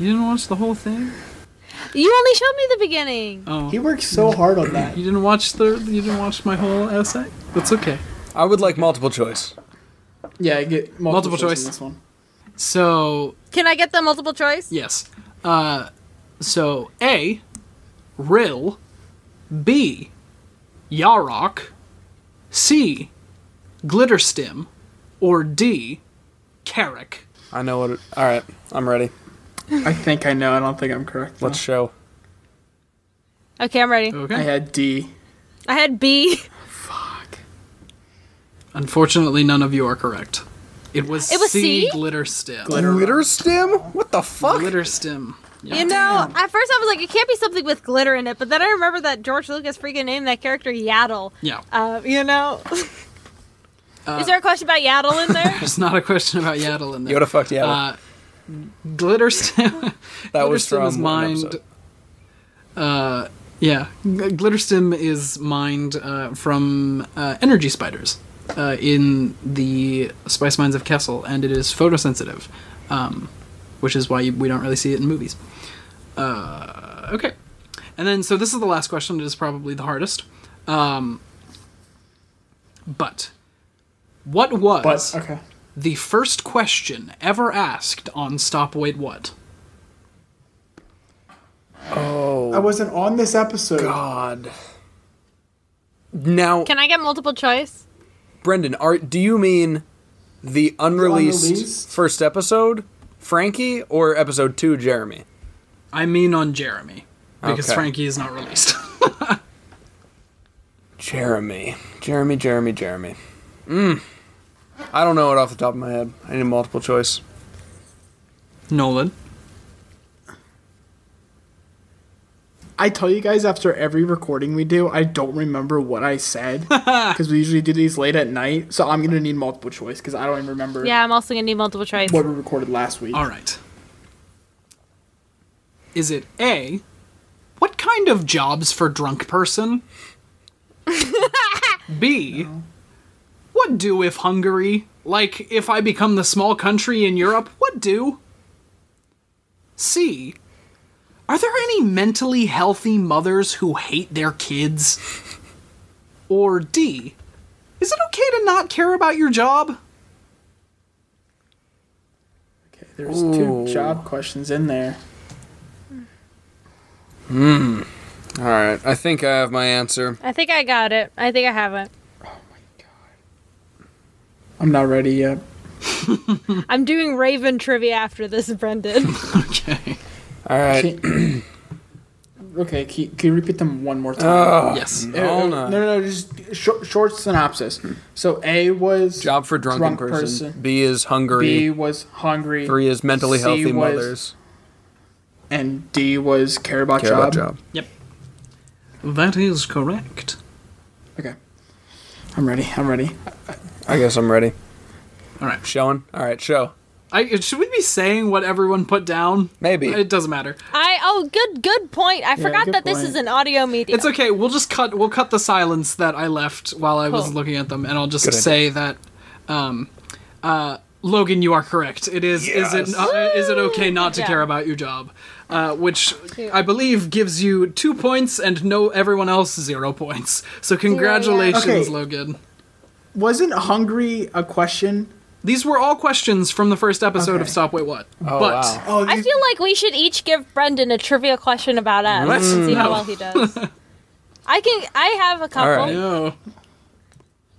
A: You didn't watch the whole thing.
B: You only showed me the beginning.
A: Oh.
D: He worked so hard on that.
A: You didn't watch the you didn't watch my whole essay? That's okay.
C: I would like multiple choice.
D: Yeah, I get multiple,
A: Multiple
D: choice.
A: choice.
D: on this one.
A: So
B: Can I get the multiple choice?
A: yes. Uh so A Rill B Yarok C Glitterstim or D Carrick.
C: I know what. It, all right, I'm ready.
D: I think I know. I don't think I'm correct.
C: Let's show.
B: Okay, I'm ready.
D: though. I
A: Okay.
D: had D.
B: I had B.
A: Unfortunately none of you are correct. It was,
B: It was
A: C,
B: C?
A: glitter stem.
D: Glitter.
C: Glitter stem? What the fuck?
A: Glitter stem.
B: You know, at first I was like, it can't be something with glitter in it, but then I remember that George Lucas freaking named that character Yaddle.
A: Yeah.
B: Uh, you know?
D: Uh.
B: Is there a question about Yaddle in there? [LAUGHS]
A: There's not a question about Yaddle in there.
C: Yoda fucked yeah.
A: Uh, glitter stem.
C: that was
A: Glitterstim
C: from
A: is
C: one
A: mined.
C: episode.
A: Uh, yeah, G- Glitterstim is mined uh, from uh, energy spiders uh, in the spice mines of Kessel, and it is photosensitive, um, which is why you, we don't really see it in movies. Uh, okay, and then so this is the last question. It is probably the hardest. Um, but what was
D: But okay.
A: the first question ever asked on Stop Wait What?
D: I wasn't on this episode.
C: God. Now,
B: Can I get multiple choice?
C: Brendan, are do you mean the unreleased,
D: unreleased?
C: first episode, Frankie, or episode two, Jeremy?
A: I mean on Jeremy because
C: Okay.
A: Frankie is not released. [LAUGHS]
C: Jeremy, Jeremy, Jeremy, Jeremy. Mm. I don't know it off the top of my head. I need multiple choice.
A: Nolan.
D: I tell you guys after every recording we do, I don't remember what I said
C: [LAUGHS]
D: because we usually do these late at night. So I'm gonna need multiple choice because I don't even remember
B: Yeah, I'm also gonna need multiple choice.
D: what we recorded last week.
A: All right. Is it A? What kind of jobs for drunk person? B. What do if Hungary? Like, if I become the small country in Europe, what do? C. Are there any mentally healthy mothers who hate their kids? Or D. Is it okay to not care about your job?
D: Okay, there's two job questions in there.
C: All right, I think I have my answer.
B: I think I got it. I think I have it.
D: I'm not ready yet.
B: I'm doing Raven trivia after this,
D: [LAUGHS]
B: Brendan.
A: [LAUGHS] Okay.
C: All right,
D: Can- [CLEARS THROAT] okay, can, can you repeat them one more time?
A: Yes.
D: Uh, uh,
C: no,
D: no,
C: no.
D: no, no, just short, short synopsis. So A was
C: Hmm. job for drunken
D: Drunk
C: person.
D: person.
C: B is
D: B
C: hungry.
D: was hungry.
C: Three is mentally
D: C
C: healthy
D: was
C: mothers.
D: and D was care about
C: Care about
D: job.
C: job.
A: That is correct.
D: Okay, I'm ready. I'm ready.
C: I guess I'm ready.
A: All right.
C: Showing. All right, show.
A: I, should we be saying what everyone put down?
C: Maybe.
A: It doesn't matter.
B: I oh good good point. I forgot
D: good
B: that this
D: point.
B: is an audio medium.
A: It's okay. We'll just cut. We'll cut the silence that I left while I was
B: Cool.
A: looking at them, and I'll just
C: Good idea.
A: say that, um, uh, Logan, you are correct. It is. Is it? Uh, is it okay not to
B: Yeah.
A: care about your job? Uh, which I believe gives you two points, and no everyone else zero points. So congratulations,
D: Okay.
A: Logan.
D: Wasn't hungry a question?
A: These were all questions from the first episode of
D: Okay.
A: Stop Wait What.
C: Oh
A: but
C: wow.
D: Oh,
B: I feel like we should each give Brendan a trivia question about us
A: Let's-
B: and see how
A: no.
B: well he does. I can I have a couple.
C: All right.
A: no.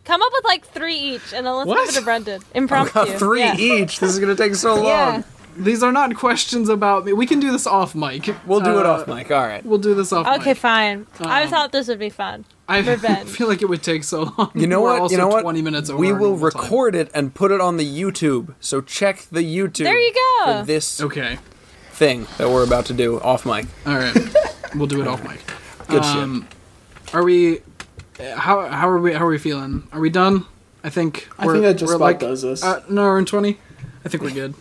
B: Come up with like three each and then let's
A: What?
B: give it to Brendan. Impromptu.
C: Three
B: Yeah.
C: each. This is gonna take so long.
B: [LAUGHS] Yeah.
A: These are not questions about me. We can do this off mic.
C: We'll do it
A: Uh,
C: off mic. All right.
A: We'll do this off
B: Okay,
A: mic.
B: fine. I thought this would be fun.
A: [LAUGHS] I
B: revenge.
A: feel like it would take so long.
C: You know
A: We're
C: what?
A: Also
C: You know what?
A: 20 minutes over.
C: we
A: our
C: will
A: normal time.
C: record it and put it on the YouTube. So check the YouTube.
B: There you go.
C: For this
A: Okay.
C: thing that we're about to do off mic.
A: All right. we'll do it off mic.
C: Good
A: Are we? uh, How how are we? How are we feeling? Are we done? I think.
D: I think that just about does us.
A: Uh, no, we're in 20. I think we're good.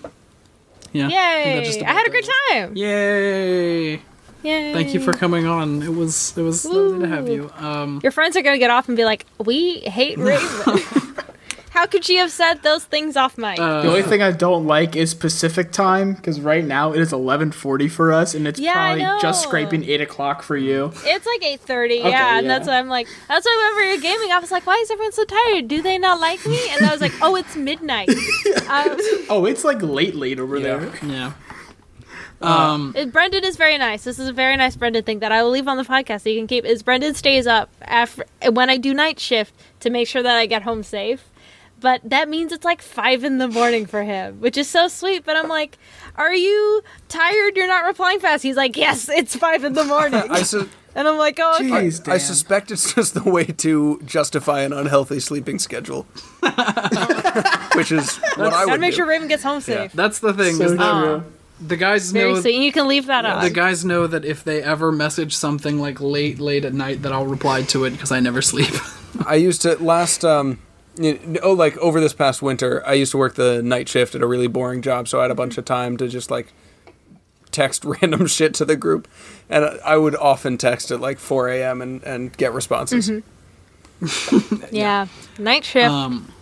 A: Yeah. I think that just
B: Yay! I
A: about
B: had
A: does
B: a great
A: us.
B: time.
A: Yay!
B: Yay.
A: Thank you for coming on. It was it was lovely to have you. Um,
B: Your friends are gonna get off and be like, "We hate
A: [LAUGHS]
B: Raven." How could she have said those things off mic?
A: Uh,
D: the only thing I don't like is Pacific time because right now it is 11:40 for us, and it's
B: Yeah, I
D: probably just
B: know.
D: scraping eight o'clock for you.
B: It's like eight thirty, yeah, and
D: yeah.
B: that's why I'm like, that's why whenever you're gaming, I was like, why is everyone so tired? Do they not like me? And I was like, oh, it's midnight. um,
D: Oh, it's like late, late over there.
A: yeah.
B: it- Brendan is very nice. This is a very nice Brendan thing that I will leave on the podcast so you can keep. Is Brendan stays up after when I do night shift to make sure that I get home safe. But that means it's like five in the morning for him, which is so sweet. But I'm like, are you tired? You're not replying fast. He's like, yes, it's five in the morning.
C: [LAUGHS] I, su-
B: And I'm like, oh, okay.
D: Jeez, Dan.
C: I suspect it's just the way to justify an unhealthy sleeping schedule, [LAUGHS] which is what I
B: gotta
C: would
B: make
C: do.
B: sure Raven gets home safe.
A: That's the thing.
D: so
A: is
D: true.
A: that the guys
B: Very
A: know.
B: soon. You can leave that
A: The
B: on.
A: guys know that if they ever message something like late, late at night, that I'll reply to it because I never sleep. [LAUGHS]
C: I used to last um you know, oh like over this past winter I used to work the night shift at a really boring job so I had a bunch of time to just like text [LAUGHS] random shit to the group and I- I would often text at like 4 a.m. and and get responses.
B: yeah. Um, mm, Night shift.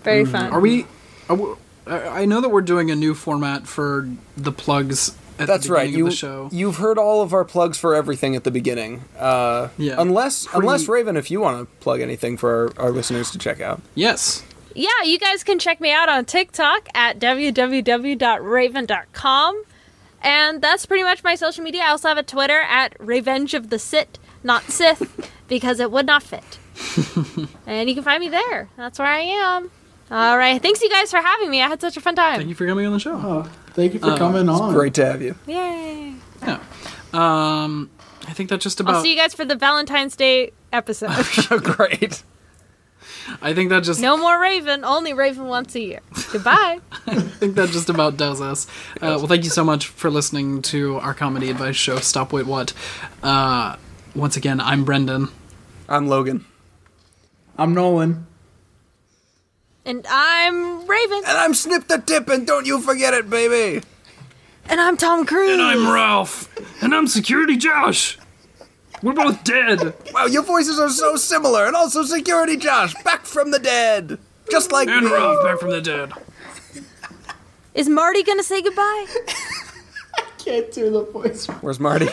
B: Very fun.
A: Are we? Are we I I know that we're doing a new format for the plugs at
C: That's
A: the beginning
C: right.
A: of
C: You
A: the show.
C: you've heard all of our plugs for everything at the beginning. Uh,
A: Yeah.
C: Unless
A: Pre-
C: unless Raven, if you want to plug anything for our, our listeners to check out.
A: yes.
B: yeah, you guys can check me out on TikTok at www.raven.com. And that's pretty much my social media. I also have a Twitter at Revenge of the Sit, not Sith, [LAUGHS] because it would not [LAUGHS] fit. and you can find me there. That's where I am. All right. Thanks, you guys, for having me. I had such a fun time.
A: Thank you for coming on the show.
D: Thank you for
B: Uh,
D: coming on.
C: Great to have you.
B: Yay.
A: Yeah. Um, I think that just
B: I'll
A: about.
B: see you guys for the Valentine's Day [LAUGHS] episode.
C: Great.
A: I think that just.
B: no more Raven, only Raven once a [LAUGHS] year. Goodbye.
A: I think that just
B: [LAUGHS]
A: about does us. Uh, well, thank you so much for listening to our comedy advice show. Stop. Wait. What? Uh, once again, I'm Brendan.
C: I'm Logan.
D: I'm Nolan.
B: and I'm Raven.
C: And I'm Snip the Tip, and don't you forget it, baby.
B: And I'm Tom Cruise.
E: And I'm Ralph. And I'm Security Josh. We're both dead.
C: Wow, Oh, your voices are so similar, and also Security Josh, back from the dead, just like
E: And
C: me.
E: Ralph back from the dead.
B: Is Marty gonna say goodbye?
D: Can't do the voice.
C: Where's Marty?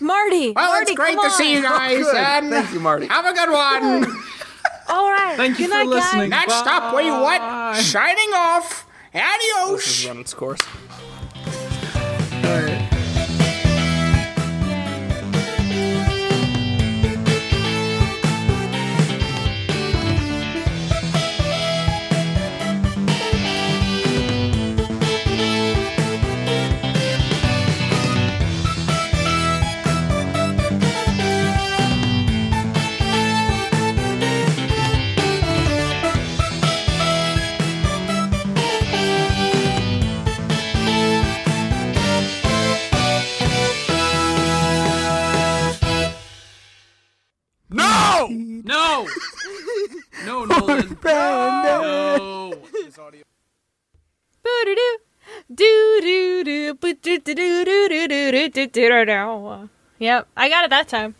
B: Marty.
D: Well,
B: Marty,
D: it's great
B: come
D: to see
B: on.
D: you guys,
C: Good.
D: and
C: Thank you, Marty.
D: have a good one.
B: All right.
A: Thank you
B: Good
A: for
B: night, guys.
A: listening.
D: Next up, we what? Shining off.
C: This
D: Adios.
C: has run its course.
E: No!
A: No. No, Nolan. No.
B: Boo-doo-doo. Doo-doo-doo. Boo-doo-doo-doo-doo-doo-doo-doo-doo-doo-doo. Yep, I got it that time.